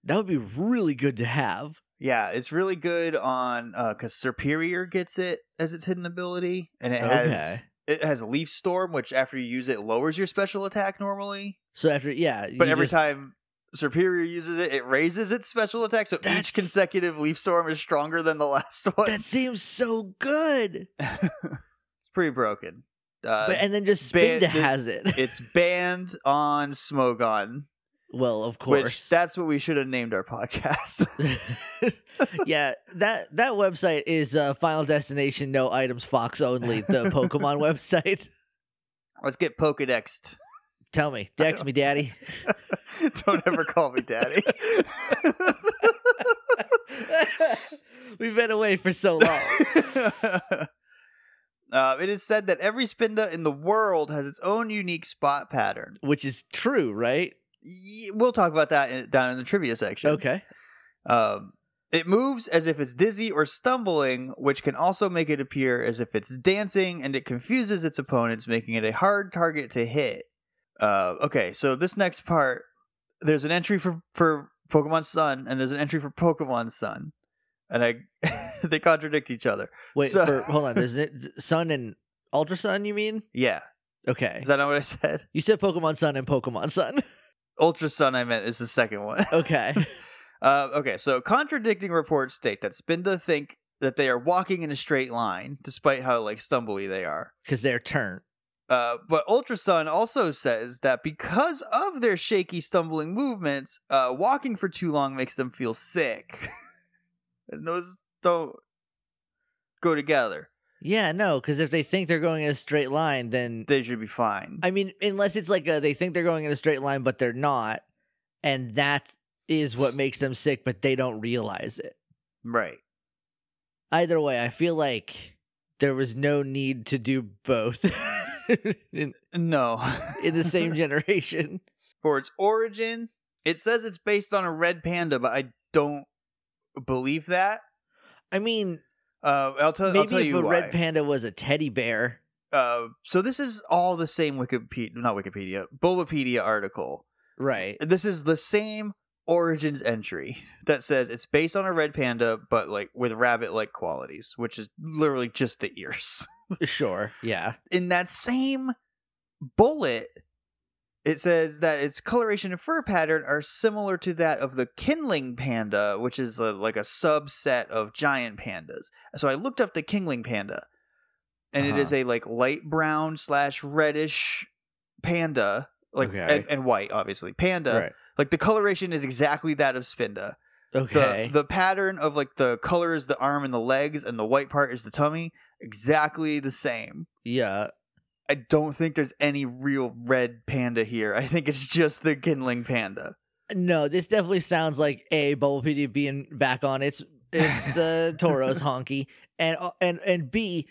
Speaker 1: That would be really good to have.
Speaker 2: Yeah, it's really good on because Superior gets it as its hidden ability, and it has
Speaker 1: Okay.
Speaker 2: it has Leaf Storm, which after you use it lowers your special attack normally.
Speaker 1: So after yeah,
Speaker 2: But
Speaker 1: you
Speaker 2: every
Speaker 1: just-
Speaker 2: time Superior uses it, it raises its special attack. So
Speaker 1: That's-
Speaker 2: each consecutive Leaf Storm is stronger than the last one.
Speaker 1: that seems so good.
Speaker 2: it's pretty broken. Uh,
Speaker 1: but and then just
Speaker 2: ban-
Speaker 1: Spinda has it.
Speaker 2: it's- it's banned on Smogon,
Speaker 1: well, of course.
Speaker 2: which that's what we should have named our podcast.
Speaker 1: yeah, that that website is uh, Final Destination No Items Fox Only, the Pokemon website.
Speaker 2: Let's get Pokedexed.
Speaker 1: Tell me, Dex me, Daddy.
Speaker 2: Don't ever call me daddy.
Speaker 1: We've been away for so long.
Speaker 2: Uh, it is said that every Spinda in the world has its own unique spot pattern.
Speaker 1: Which is true, right?
Speaker 2: Y- We'll talk about that in, down in the trivia section.
Speaker 1: Okay.
Speaker 2: Um, it moves as if it's dizzy or stumbling, which can also make it appear as if it's dancing, and it confuses its opponents, making it a hard target to hit. Uh, okay, so this next part, there's an entry for for Pokemon Sun, and there's an entry for Pokemon Sun, and I they contradict each other.
Speaker 1: Wait,
Speaker 2: So-
Speaker 1: for, hold on. There's n- Sun and Ultra Sun, you mean?
Speaker 2: Yeah,
Speaker 1: Okay.
Speaker 2: is that not what I said?
Speaker 1: You said Pokemon Sun and Pokemon Sun.
Speaker 2: Ultra Sun, I meant is the second one.
Speaker 1: Okay.
Speaker 2: Uh, okay, so contradicting reports state that Spinda think that they are walking in a straight line, despite how like stumbly they are.
Speaker 1: Because they're turn.
Speaker 2: Uh, but Ultra Sun also says that because of their shaky, stumbling movements, uh, walking for too long makes them feel sick. and those don't go together.
Speaker 1: Yeah, no, because if they think they're going in a straight line, then
Speaker 2: They should be fine.
Speaker 1: I mean, unless it's like a, they think they're going in a straight line, but they're not, and that is what makes them sick, but they don't realize it.
Speaker 2: right.
Speaker 1: Either way, I feel like there was no need to do both in,
Speaker 2: No.
Speaker 1: in the same generation.
Speaker 2: For its origin, it says it's based on a red panda, but I don't believe that.
Speaker 1: I mean,
Speaker 2: Uh, I'll, tell. I'll
Speaker 1: maybe
Speaker 2: tell
Speaker 1: if
Speaker 2: you
Speaker 1: a
Speaker 2: why.
Speaker 1: red panda was a teddy bear,
Speaker 2: uh, so this is all the same Wikipedia, not Wikipedia, Bulbapedia article.
Speaker 1: right?
Speaker 2: This is the same origins entry that says it's based on a red panda, but like with rabbit-like qualities, which is literally just the ears.
Speaker 1: Sure, yeah.
Speaker 2: In that same bullet, it says that its coloration and fur pattern are similar to that of the kindling panda, which is a, like a subset of giant pandas. So I looked up the kindling panda, and it
Speaker 1: Uh-huh.
Speaker 2: is a like light brown slash reddish panda, like
Speaker 1: Okay.
Speaker 2: and, and white, obviously panda.
Speaker 1: right.
Speaker 2: Like the coloration is exactly that of Spinda.
Speaker 1: Okay.
Speaker 2: The the pattern of like the color is the arm and the legs, and the white part is the tummy. Exactly the same.
Speaker 1: yeah.
Speaker 2: I don't think there's any real red panda here. I think it's just the kindling panda.
Speaker 1: No, this definitely sounds like a Bulbapedia being back on its its uh, Toro's honky, and uh, and and B,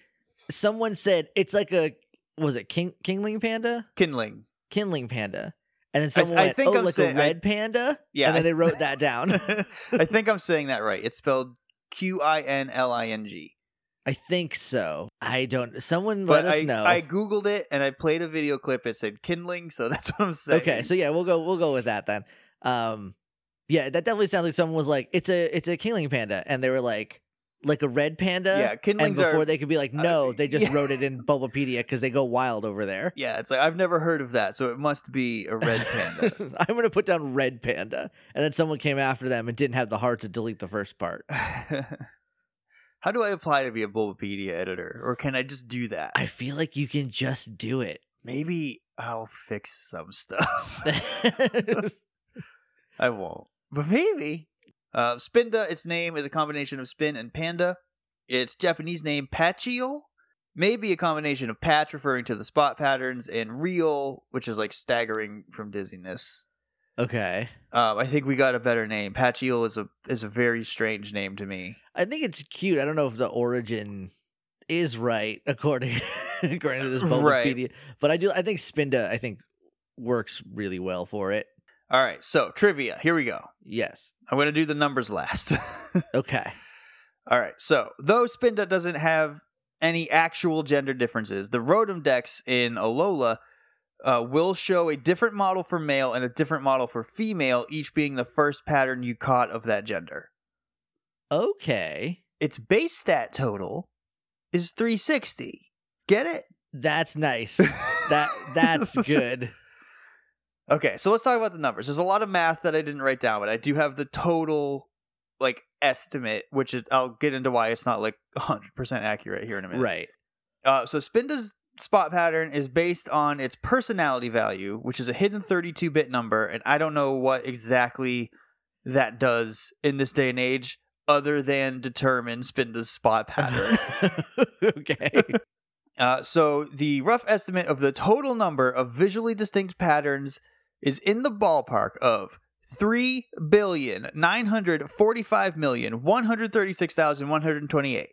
Speaker 1: someone said it's like a was it King Kingling Panda,
Speaker 2: Kindling.
Speaker 1: Kindling Panda, and then someone
Speaker 2: I
Speaker 1: went,
Speaker 2: think
Speaker 1: oh
Speaker 2: I'm
Speaker 1: like
Speaker 2: saying-
Speaker 1: a
Speaker 2: I-
Speaker 1: red panda,
Speaker 2: Yeah,
Speaker 1: and then
Speaker 2: I-
Speaker 1: they wrote that down.
Speaker 2: I think I'm saying that right. It's spelled Q I N L I N G.
Speaker 1: I think so. I don't. Someone
Speaker 2: But
Speaker 1: let us
Speaker 2: I,
Speaker 1: know.
Speaker 2: I googled it and I played a video clip. It said kindling, so that's what I'm saying.
Speaker 1: okay, so yeah, we'll go we'll go with that then. Um, yeah, that definitely sounds like someone was like it's a it's a Kingling Panda, and they were like like a red panda.
Speaker 2: yeah,
Speaker 1: and
Speaker 2: kindlings are
Speaker 1: before they could be like, no, they just
Speaker 2: yeah.
Speaker 1: wrote it in Bulbapedia because they go wild over there.
Speaker 2: Yeah, it's like I've never heard of that, so it must be a red panda.
Speaker 1: I'm gonna put down red panda, and then someone came after them and didn't have the heart to delete the first part.
Speaker 2: How do I apply to be a Bulbapedia editor, or can I just do that?
Speaker 1: I feel like you can just do it.
Speaker 2: Maybe I'll fix some stuff. I won't, but maybe. Uh, Spinda, its name is a combination of spin and panda. Its Japanese name Pachio may be a combination of patch, referring to the spot patterns, and real, which is like staggering from dizziness.
Speaker 1: okay,
Speaker 2: Um, I think we got a better name. Pachio is a is a very strange name to me.
Speaker 1: I think it's cute. I don't know if the origin is right according according to this
Speaker 2: Right.
Speaker 1: Bulbapedia, but I do. I think Spinda. I think works really well for it.
Speaker 2: All right, so trivia. Here we go.
Speaker 1: Yes.
Speaker 2: I'm going to do the numbers last.
Speaker 1: Okay.
Speaker 2: All right. So, though Spinda doesn't have any actual gender differences, the Rotom Dex in Alola uh, will show a different model for male and a different model for female, each being the first pattern you caught of that gender.
Speaker 1: Okay.
Speaker 2: Its base stat total is 360. Get it?
Speaker 1: That's nice. that that's good.
Speaker 2: Okay, so let's talk about the numbers. There's a lot of math that I didn't write down, but I do have the total like estimate, which is, I'll get into why it's not like 100% accurate here in a minute.
Speaker 1: Right.
Speaker 2: Uh, so Spinda's spot pattern is based on its personality value, which is a hidden 32-bit number, and I don't know what exactly that does in this day and age other than determine Spinda's spot pattern.
Speaker 1: okay.
Speaker 2: Uh, so the rough estimate of the total number of visually distinct patterns is in the ballpark of three billion nine hundred forty-five million one hundred thirty-six thousand one hundred twenty-eight,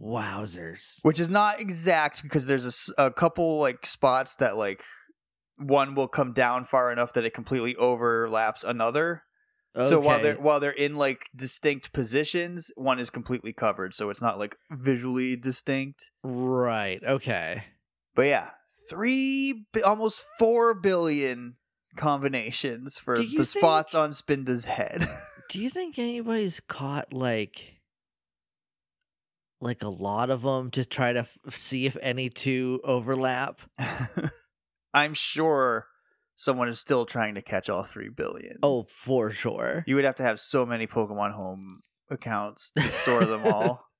Speaker 1: Wowzers.
Speaker 2: which is not exact because there's a s- a, couple like spots that like one will come down far enough that it completely overlaps another. So while they're while they're in like distinct positions, one is completely covered, so it's not like visually distinct.
Speaker 1: right, okay.
Speaker 2: But yeah, three bi- almost four billion combinations for
Speaker 1: Do
Speaker 2: the
Speaker 1: you think-
Speaker 2: spots on Spinda's head.
Speaker 1: Do you think anybody's caught like like a lot of them to try to f- see if any two overlap?
Speaker 2: I'm sure someone is still trying to catch all three billion.
Speaker 1: Oh, for sure.
Speaker 2: you would have to have so many Pokemon Home accounts to store them all.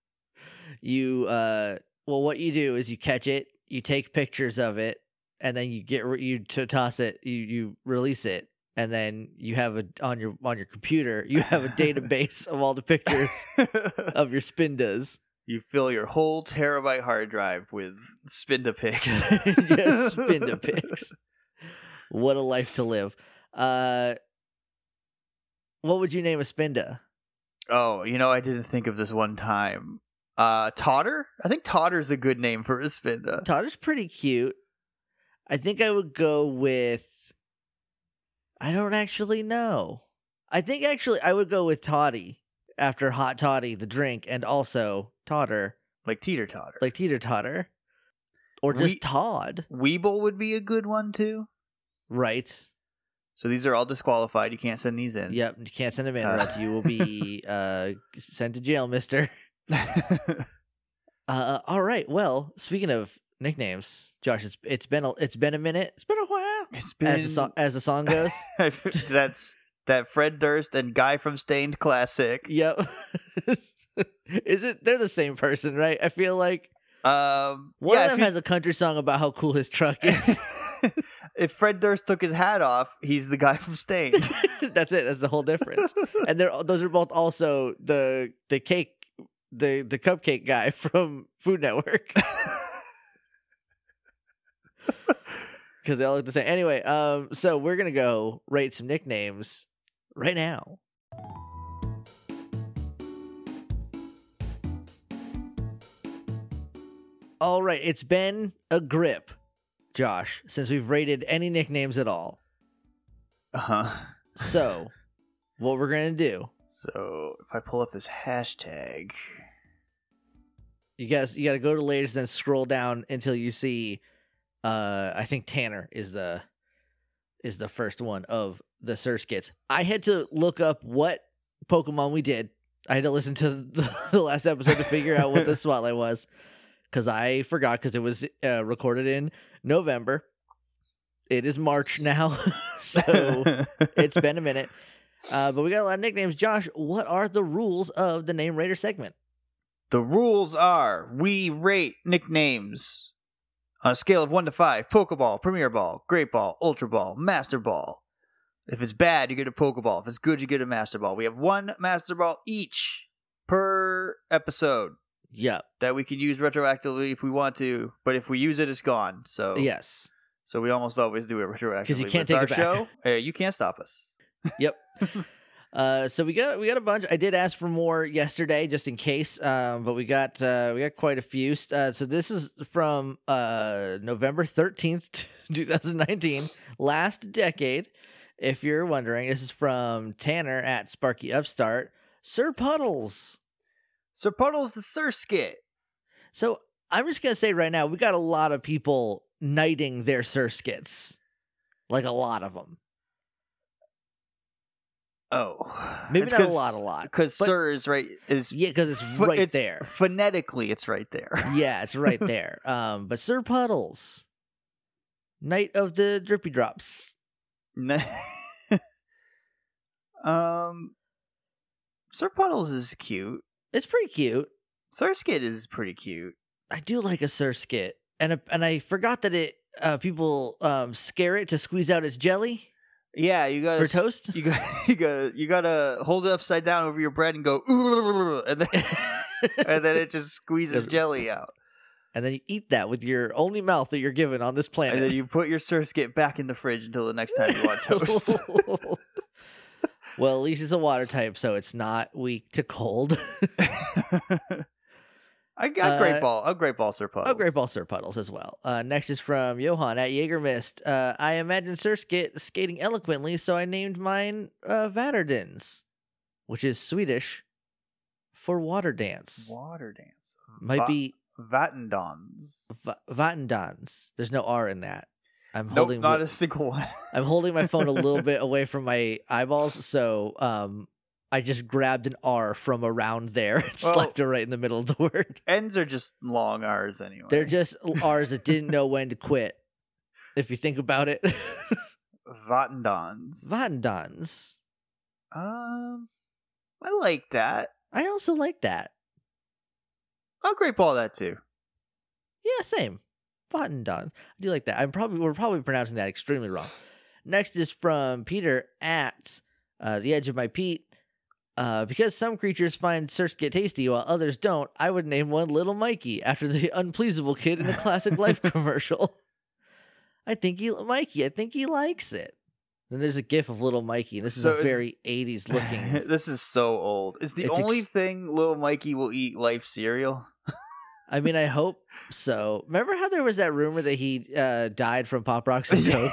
Speaker 1: You uh well what you do is you catch it you take pictures of it, and then you get re- you to toss it, you you release it, and then you have a on your on your computer, you have a database of all the pictures of your spindas.
Speaker 2: you fill your whole terabyte hard drive with spinda pics.
Speaker 1: Just spinda pics. What a life to live. Uh, what would you name a spinda?
Speaker 2: Oh, you know, I didn't think of this one time. Uh, Totter? I think Totter's a good name for a spinda.
Speaker 1: Todd is pretty cute. I think I would go with. I don't actually know. I think actually I would go with Toddy after Hot Toddy, the drink, and also Totter,
Speaker 2: like teeter totter.
Speaker 1: like Teeter Totter, or just
Speaker 2: We-
Speaker 1: Todd,
Speaker 2: Weeble would be a good one too.
Speaker 1: right?
Speaker 2: So these are all disqualified. You can't send these in.
Speaker 1: Yep, you can't send him in, or
Speaker 2: Uh.
Speaker 1: else you will be uh, sent to jail, mister. Uh, all right. Well, speaking of nicknames, Josh, it's it's been a, it's been a minute. It's been a while.
Speaker 2: it's been
Speaker 1: As the so- as the song goes.
Speaker 2: that's that Fred Durst and guy from Stained classic.
Speaker 1: Yep. Is it? They're the same person, right? I feel like
Speaker 2: Um,
Speaker 1: one
Speaker 2: yeah,
Speaker 1: of them
Speaker 2: if,
Speaker 1: has a country song about how cool his truck
Speaker 2: he-
Speaker 1: is.
Speaker 2: if Fred Durst took his hat off, he's the guy from Stained.
Speaker 1: that's it. That's the whole difference. And they're those are both also the the cake the the cupcake guy from Food Network because they all look the same. Anyway, um, so we're gonna go rate some nicknames right now. All right, it's been a grip, Josh, since we've rated any nicknames at all.
Speaker 2: uh-huh.
Speaker 1: So, what we're gonna do?
Speaker 2: So if I pull up this hashtag,
Speaker 1: You guys, you gotta go to latest, then scroll down until you see. Uh, I think Tanner is the is the first one of the search kits. I had to look up what Pokemon we did. I had to listen to the, the last episode to figure out what the spotlight was because I forgot because it was uh, recorded in November. It is March now, so it's been a minute. Uh, but we got a lot of nicknames. Josh, what are the rules of the name Raider segment?
Speaker 2: The rules are we rate nicknames on a scale of 1 to 5 Pokeball, Premier Ball, Great Ball, Ultra Ball, Master Ball. If it's bad, you get a Pokeball. If it's good, you get a Master Ball. We have one Master Ball each per episode
Speaker 1: Yep.
Speaker 2: that we can use retroactively if we want to, but if we use it, it's gone. So
Speaker 1: Oh. Yes.
Speaker 2: so we almost always do it retroactively.
Speaker 1: 'Cause you
Speaker 2: but
Speaker 1: can't
Speaker 2: it's
Speaker 1: take
Speaker 2: our
Speaker 1: it back.
Speaker 2: show. Uh, you can't stop us.
Speaker 1: Uh, so we got we got a bunch. I did ask for more yesterday just in case, um, but we got uh, we got quite a few. Uh, so this is from uh, November thirteenth, two thousand nineteen, last decade. If you're wondering, this is from Tanner at Sparky Upstart. Sir Puddles.
Speaker 2: Sir Puddle's the Sir Skit.
Speaker 1: So I'm just gonna say right now, we got a lot of people knighting their Sir skits, like a lot of them.
Speaker 2: Oh.
Speaker 1: Maybe not a lot, a lot,
Speaker 2: Because
Speaker 1: but-
Speaker 2: Sir is right. Is
Speaker 1: Yeah, because it's
Speaker 2: Pho-
Speaker 1: right
Speaker 2: it's-
Speaker 1: there.
Speaker 2: Phonetically, it's right there.
Speaker 1: yeah, it's right there. Um, but Sir Puddles, Knight of the Drippy Drops.
Speaker 2: um, Sir Puddles is cute.
Speaker 1: It's pretty cute.
Speaker 2: Sir Skid is pretty cute.
Speaker 1: I do like a Sir skit, and a, and I forgot that it uh, people um, scare it to squeeze out its jelly
Speaker 2: Yeah, you got
Speaker 1: for toast.
Speaker 2: You got you got you got to hold it upside down over your bread and go "Ooh," and then and then it just squeezes
Speaker 1: Doesn't-
Speaker 2: jelly out.
Speaker 1: and then you eat that with your only mouth that you're given on this
Speaker 2: And then
Speaker 1: planet.
Speaker 2: you put your Sir Skid back in the fridge until the next time you want toast.
Speaker 1: well, at least it's a water type, so it's not weak to cold.
Speaker 2: I got great
Speaker 1: Uh,
Speaker 2: ball. A great ball, Sir Puddles.
Speaker 1: Oh, great ball, Sir Puddles as well. Uh, next is from Johan at Jaegermist. Uh, I imagine Sir Skit skating eloquently, so I named mine uh, Vatterdens, which is Swedish for water dance.
Speaker 2: Water dance.
Speaker 1: Might
Speaker 2: Va-
Speaker 1: be
Speaker 2: Vatendons.
Speaker 1: va- Vattendans. There's no R in that. I'm
Speaker 2: Nope,
Speaker 1: holding.
Speaker 2: not a single one.
Speaker 1: I'm holding my phone a little bit away from my eyeballs, so um, I just grabbed an R from around there and
Speaker 2: Well-
Speaker 1: slapped it right in the middle of the word.
Speaker 2: Ends are just long R's anyway.
Speaker 1: They're just R's that didn't know when to quit. If you think about it.
Speaker 2: Vatendons.
Speaker 1: Vandans.
Speaker 2: um, I like that.
Speaker 1: I also like that.
Speaker 2: I'll grape all that too.
Speaker 1: Yeah, same. Fun Dons. I do like that. I'm probably we're probably pronouncing that extremely wrong. Next is from Peter at uh, the edge of my Pete. Uh, because some creatures find search to get tasty while others don't, I would name one Little Mikey after the unpleasable kid in a classic life commercial. I think he Mikey. I think he likes it. Then there's a gif of Little Mikey. This is
Speaker 2: So
Speaker 1: a very
Speaker 2: it's-
Speaker 1: 80s looking
Speaker 2: this is so old. Is the
Speaker 1: It's ex-
Speaker 2: only thing little Mikey will eat life cereal?
Speaker 1: I mean, I hope so. Remember how there was that rumor that he uh, died from pop rocks and coke?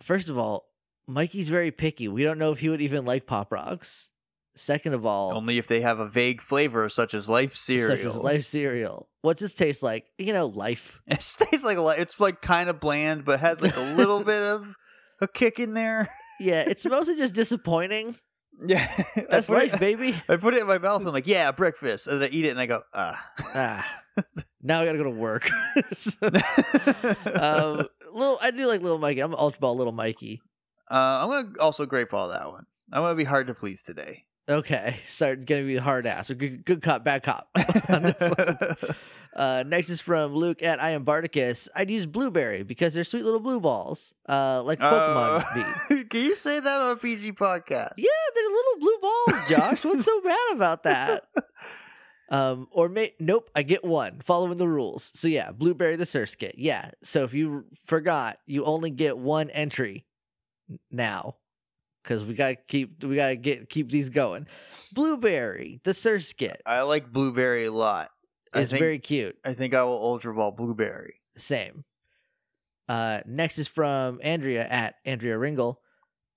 Speaker 1: First of all, Mikey's very picky. We don't know if he would even like pop rocks. Second of all,
Speaker 2: only if they have a vague flavor such as life cereal.
Speaker 1: such as life cereal. What's his taste like? You know, life.
Speaker 2: It tastes like li- it's like kind of bland, but has like a little bit of a kick in there.
Speaker 1: Yeah, it's mostly just disappointing.
Speaker 2: Yeah,
Speaker 1: That's
Speaker 2: I put
Speaker 1: life,
Speaker 2: It,
Speaker 1: baby.
Speaker 2: I put it in my mouth. and I'm like, yeah, breakfast, and then I eat it, and I go, ah.
Speaker 1: Ah, now I gotta go to work. So, um, little, I do like little Mikey. I'm an ultra ball little Mikey.
Speaker 2: Uh, I'm gonna also grape ball that one. I'm gonna be hard to please today.
Speaker 1: Okay, so it's gonna be a hard ass. A good, good cop, bad cop. on this one. Uh, next is from Luke at I am Barticus. I'd use blueberry because they're sweet little blue balls, uh, like Pokemon. bee.
Speaker 2: Uh, can you say that on a PG podcast?
Speaker 1: Yeah, they're little blue balls, Josh. What's so bad about that? Um, or may- nope, I get one following the rules. So yeah, blueberry the Surskit. Yeah. So if you forgot, you only get one entry n- now. Cause we gotta keep we gotta get keep these going. Blueberry, the Surskit
Speaker 2: I like blueberry a lot. I
Speaker 1: is
Speaker 2: think,
Speaker 1: very cute.
Speaker 2: I think I will ultra ball blueberry.
Speaker 1: Same. Uh, next is from Andrea at Andrea Ringel.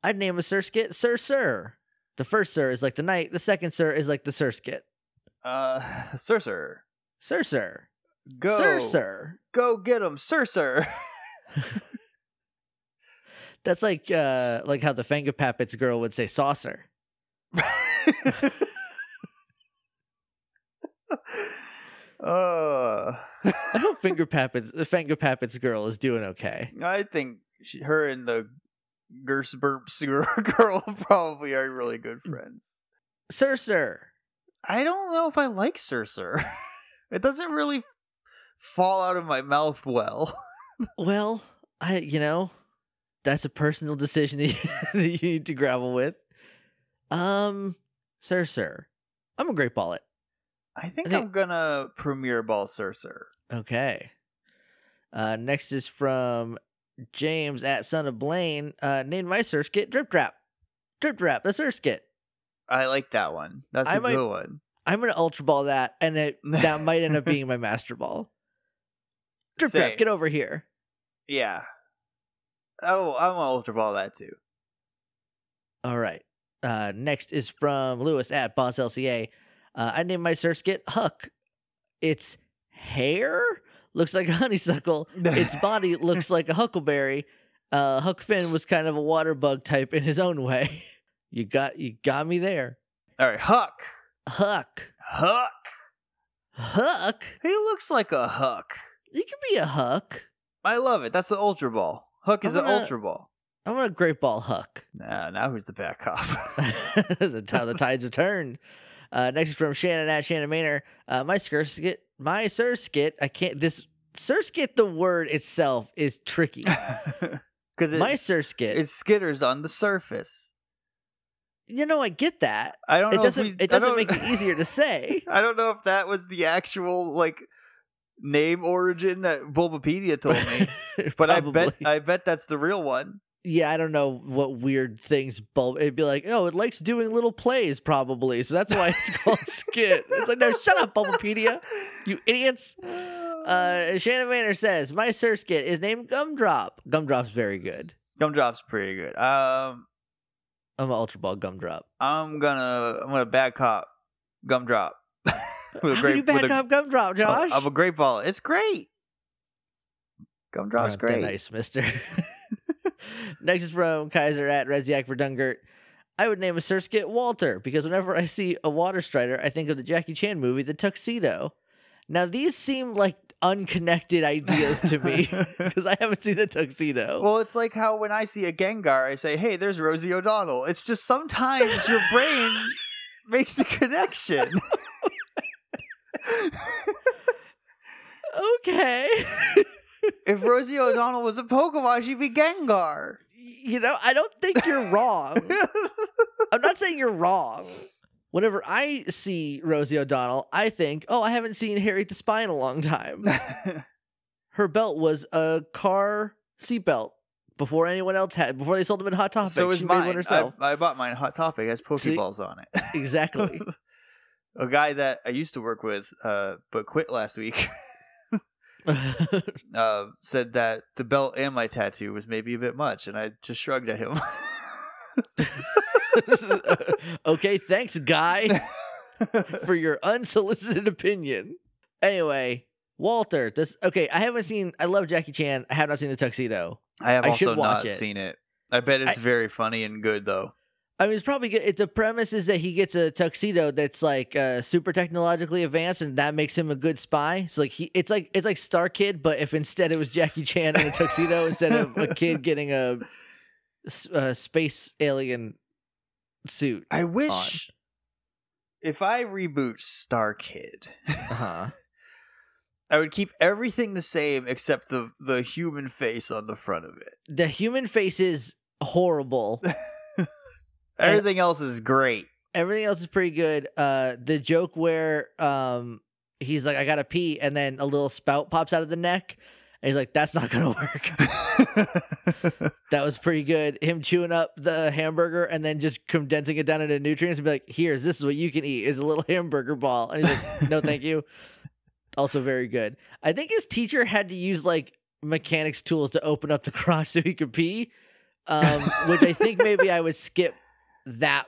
Speaker 1: I'd name a Surskit Sir Sir. The first Sir is like the knight. The second Sir is like the Surskit.
Speaker 2: Uh, Surcer,
Speaker 1: Sir Sir.
Speaker 2: go,
Speaker 1: Sir Sir.
Speaker 2: go get him, Surcer.
Speaker 1: That's like uh like how the Fanga Pappets girl would say saucer.
Speaker 2: uh,
Speaker 1: I hope Finger Pappets the Fanga Pappets girl is doing okay.
Speaker 2: I think she, her and the Gersburps girl probably are really good
Speaker 1: Mm.
Speaker 2: friends.
Speaker 1: Sir Sir.
Speaker 2: I don't know if I like Surcer. It doesn't really fall out of my mouth well.
Speaker 1: Well, I you know, that's a personal decision that you, that you need to gravel with. Um Sir Sir. I'm a great ballet.
Speaker 2: I think
Speaker 1: I think-
Speaker 2: I'm gonna premiere ball Surcer.
Speaker 1: Okay. Uh, next is from James at Son of Blaine. Uh, named my search kit Drip Trap. Drip Trap, the search kit.
Speaker 2: I like that one. That's
Speaker 1: I
Speaker 2: a
Speaker 1: might-
Speaker 2: good one.
Speaker 1: I'm going to Ultra Ball that, and it, that might end up being my Master Ball. Drip
Speaker 2: Same.
Speaker 1: Trap, get over here.
Speaker 2: Yeah. Oh, I'm gonna ultra ball that too.
Speaker 1: All right. Uh, next is from Lewis at Boss LCA. Uh, I named my search kit Huck. Its hair looks like a honeysuckle. Its body looks like a huckleberry. Uh, Huck Finn was kind of a water bug type in his own way. You got you got me there.
Speaker 2: all right. Huck,
Speaker 1: Huck,
Speaker 2: Huck.
Speaker 1: Huck.
Speaker 2: He looks like a Huck.
Speaker 1: You can be a Huck.
Speaker 2: I love it. That's the ultra ball. Huck is
Speaker 1: I'm
Speaker 2: an
Speaker 1: gonna-
Speaker 2: ultra ball.
Speaker 1: I want a great ball Huck.
Speaker 2: Nah, now who's the bad cop?
Speaker 1: That's how the tides have turned. Uh, next is from Shannon at Shannon Manor. Uh, my skit, my surskit. I can't. This surskit. The word itself is tricky.
Speaker 2: Because
Speaker 1: my
Speaker 2: it, it
Speaker 1: surskit.
Speaker 2: skitters on the surface.
Speaker 1: You know, I get that.
Speaker 2: I don't
Speaker 1: It
Speaker 2: know.
Speaker 1: doesn't.
Speaker 2: if we,
Speaker 1: it
Speaker 2: I
Speaker 1: doesn't
Speaker 2: don't-
Speaker 1: make it easier to say.
Speaker 2: I don't know if that was the actual like name origin that Bulbapedia told me, but I bet
Speaker 1: Probably.
Speaker 2: I bet that's the real one.
Speaker 1: yeah, I don't know what weird things bulb. It'd be like, oh, it likes doing little plays, probably. So that's why it's called skit. It's like, no, shut up, Bulbapedia, you idiots. Uh, Shannon Manor says, my surskit is named Gumdrop. Gumdrop's very good.
Speaker 2: Gumdrop's pretty good. Um,
Speaker 1: I'm an Ultra Ball Gumdrop.
Speaker 2: I'm gonna I'm gonna bad cop Gumdrop. with
Speaker 1: How can you
Speaker 2: with Oh,
Speaker 1: back up Gumdrop, Josh?
Speaker 2: I'm a great ball. It's great.
Speaker 1: You're
Speaker 2: Gumdrop's
Speaker 1: not that
Speaker 2: great.
Speaker 1: Oh, Nice, mister. Next is from Kaiser at Reziak for Dungert. I would name a surskit Walter because whenever I see a water strider, I think of the Jackie Chan movie, The Tuxedo. Now, these seem like unconnected ideas to me because I haven't seen The Tuxedo.
Speaker 2: well, it's like how when I see a Gengar, I say, "Hey, there's Rosie O'Donnell." It's just sometimes your brain makes a connection.
Speaker 1: okay.
Speaker 2: If Rosie O'Donnell was a Pokemon, she'd be Gengar.
Speaker 1: you know, I don't think you're wrong. I'm not saying you're wrong. Whenever I see Rosie O'Donnell, I think, oh, I haven't seen Harriet the Spy in a long time. Her belt was a car seatbelt before anyone else had, before they sold them in Hot Topic.
Speaker 2: so is
Speaker 1: she made
Speaker 2: mine.
Speaker 1: one herself.
Speaker 2: I, I bought mine. Hot Topic has Pokeballs on it.
Speaker 1: exactly.
Speaker 2: a guy that I used to work with, uh, but quit last week, uh, said that the belt and my tattoo was maybe a bit much, and I just shrugged at him.
Speaker 1: okay, thanks, guy, for your unsolicited opinion. Anyway, Walter, this okay, I haven't seen I love Jackie Chan. I have not seen the tuxedo.
Speaker 2: I have
Speaker 1: I should
Speaker 2: also
Speaker 1: watch
Speaker 2: not
Speaker 1: it.
Speaker 2: seen it. I bet it's
Speaker 1: I-
Speaker 2: very funny and good though.
Speaker 1: I mean, it's probably good. It's the premise is that he gets a tuxedo that's like uh, super technologically advanced, and that makes him a good spy. So like he, it's like it's like Star Kid, but if instead it was Jackie Chan in a tuxedo instead of a kid getting a, s- a space alien suit.
Speaker 2: I wish if I reboot Star Kid,
Speaker 1: Uh-huh.
Speaker 2: I would keep everything the same except the the human face on the front of it.
Speaker 1: The human face is horrible. And-
Speaker 2: Everything else is great.
Speaker 1: Everything else is pretty good. Uh, the joke where um he's like, "I gotta pee," and then a little spout pops out of the neck, and he's like, "That's not gonna work." That was pretty good. Him chewing up the hamburger and then just condensing it down into nutrients and be like, "Here's this is what you can eat is a little hamburger ball." And he's like, "No, thank you." Also very good. I think his teacher had to use like mechanics tools to open up the crotch so he could pee, um, which I think maybe I would skip that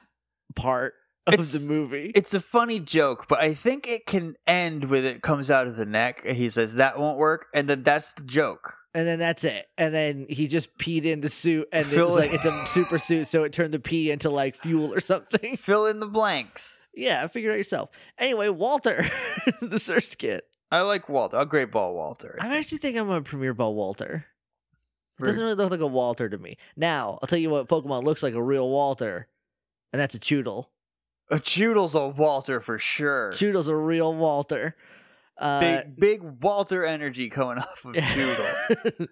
Speaker 1: part of
Speaker 2: It's-
Speaker 1: the movie.
Speaker 2: it's a funny joke, but I think it can end with it comes out of the neck and he says that won't work, and then that's the joke.
Speaker 1: and then that's it. And then he just peed in the suit, and it
Speaker 2: Fill
Speaker 1: was
Speaker 2: it-
Speaker 1: like it's a super suit, so it turned the pee into like fuel or something.
Speaker 2: Fill in the blanks.
Speaker 1: Yeah, figure it out yourself. Anyway, Walter, the search kit.
Speaker 2: I like Walter. A great ball, Walter.
Speaker 1: I actually think I'm gonna premiere ball Walter. It
Speaker 2: Very-
Speaker 1: doesn't really look like a Walter to me. Now, I'll tell you what Pokemon looks like a real Walter, and that's a Choodle.
Speaker 2: A Choodle's a Walter for sure.
Speaker 1: Choodle's a real Walter. Uh,
Speaker 2: big big Walter energy coming off of Choodle.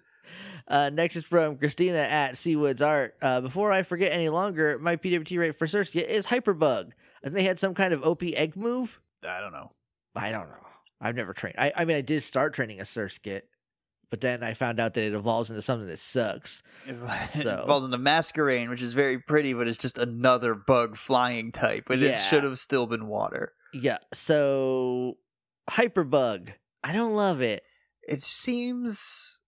Speaker 1: uh, next is from Christina at Seawoods Art. Uh, before I forget any longer, my PWT rate for search kit is Hyperbug. And they had some kind of OP egg move.
Speaker 2: I don't know.
Speaker 1: I don't know. I've never trained. I, I mean, I did start training a surf kit, but then I found out that it evolves into something that sucks.
Speaker 2: It
Speaker 1: So-
Speaker 2: falls into Masquerain, which is very pretty, but it's just another bug flying type, and
Speaker 1: Yeah.
Speaker 2: it should have still been water.
Speaker 1: Yeah. So, Hyperbug. I don't love it.
Speaker 2: It seems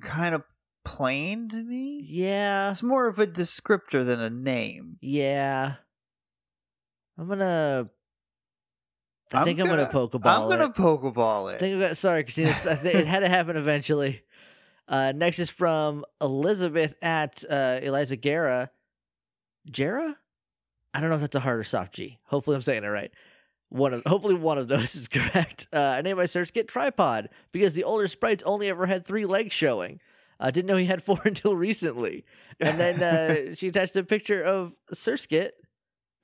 Speaker 2: kind of plain to me.
Speaker 1: Yeah.
Speaker 2: It's more of a descriptor than a name.
Speaker 1: Yeah. I'm gonna. I
Speaker 2: I'm
Speaker 1: think I'm gonna,
Speaker 2: gonna-
Speaker 1: pokeball.
Speaker 2: I'm
Speaker 1: it.
Speaker 2: gonna pokeball
Speaker 1: I
Speaker 2: it.
Speaker 1: think about sorry, Christina. I think it had to happen eventually. Uh, next is from Elizabeth at uh, Eliza Guerra. Guerra? I don't know if that's a hard or soft G. Hopefully, I'm saying it right. One of hopefully one of those is correct. Uh, I named my search "Get Tripod" because the older sprites only ever had three legs showing. I didn't know he had four until recently. And then uh, she attached a picture of Surskit,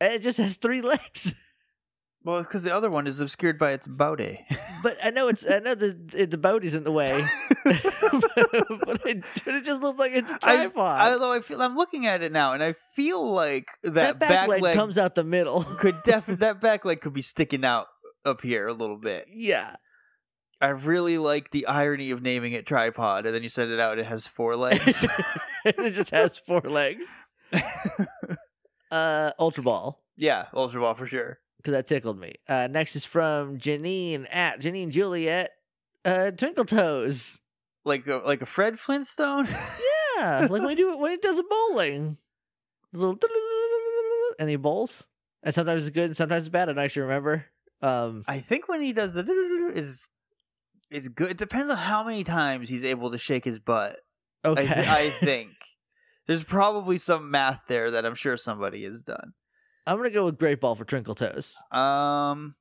Speaker 1: and it just has three legs.
Speaker 2: well, because the other one is obscured by its body.
Speaker 1: But I know it's I know the the boat isn't the way. but it, it just looks like it's a tripod.
Speaker 2: Although I feel I'm looking at it now, and I feel like
Speaker 1: that
Speaker 2: that,
Speaker 1: back, leg, comes out the middle.
Speaker 2: could definitely that back leg could be sticking out up here a little bit.
Speaker 1: yeah.
Speaker 2: I really like the irony of naming it tripod, and then you send it out, and it has four legs.
Speaker 1: it just has four legs. Uh, Ultra Ball,
Speaker 2: yeah, Ultra Ball for sure.
Speaker 1: because that tickled me. Uh, next is from Janine at Janine Juliet. Uh, Twinkle Toes.
Speaker 2: Like a, like a Fred Flintstone.
Speaker 1: Yeah, like when he do when he does a bowling, a little and he bowls. And sometimes it's good and sometimes it's bad. I don't actually remember. Um,
Speaker 2: I think when he does the is is good. It depends on how many times he's able to shake his butt.
Speaker 1: okay.
Speaker 2: I, th- I think there's probably some math there that I'm sure somebody has done.
Speaker 1: I'm gonna go with Great Ball for Trinkle Toes.
Speaker 2: Um,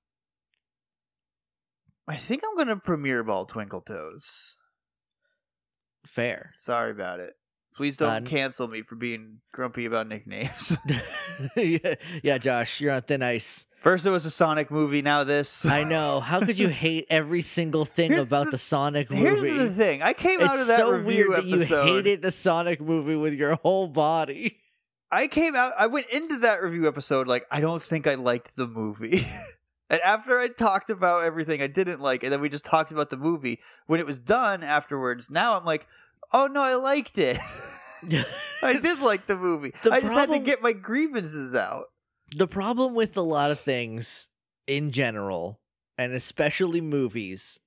Speaker 2: I think I'm gonna premiere ball Twinkle Toes.
Speaker 1: Fair.
Speaker 2: Sorry about it. Please don't
Speaker 1: Uh,
Speaker 2: cancel me for being grumpy about nicknames.
Speaker 1: yeah, yeah, Josh, you're on thin ice.
Speaker 2: First it was a Sonic movie, now this.
Speaker 1: I know. How could you hate every single thing
Speaker 2: Here's
Speaker 1: about
Speaker 2: the-
Speaker 1: the, Sonic movie?
Speaker 2: Here's the thing. I came out of
Speaker 1: it's
Speaker 2: that
Speaker 1: so
Speaker 2: review
Speaker 1: weird that
Speaker 2: episode.
Speaker 1: you hated the Sonic movie with your whole body.
Speaker 2: I came out I went into that review episode like I don't think I liked the movie. and after I talked about everything I didn't like and then we just talked about the movie when it was done afterwards, now I'm like, "Oh no, I liked it." I did like the movie.
Speaker 1: The
Speaker 2: I just had
Speaker 1: problem-
Speaker 2: to get my grievances out.
Speaker 1: the problem with a lot of things in general, and especially movies,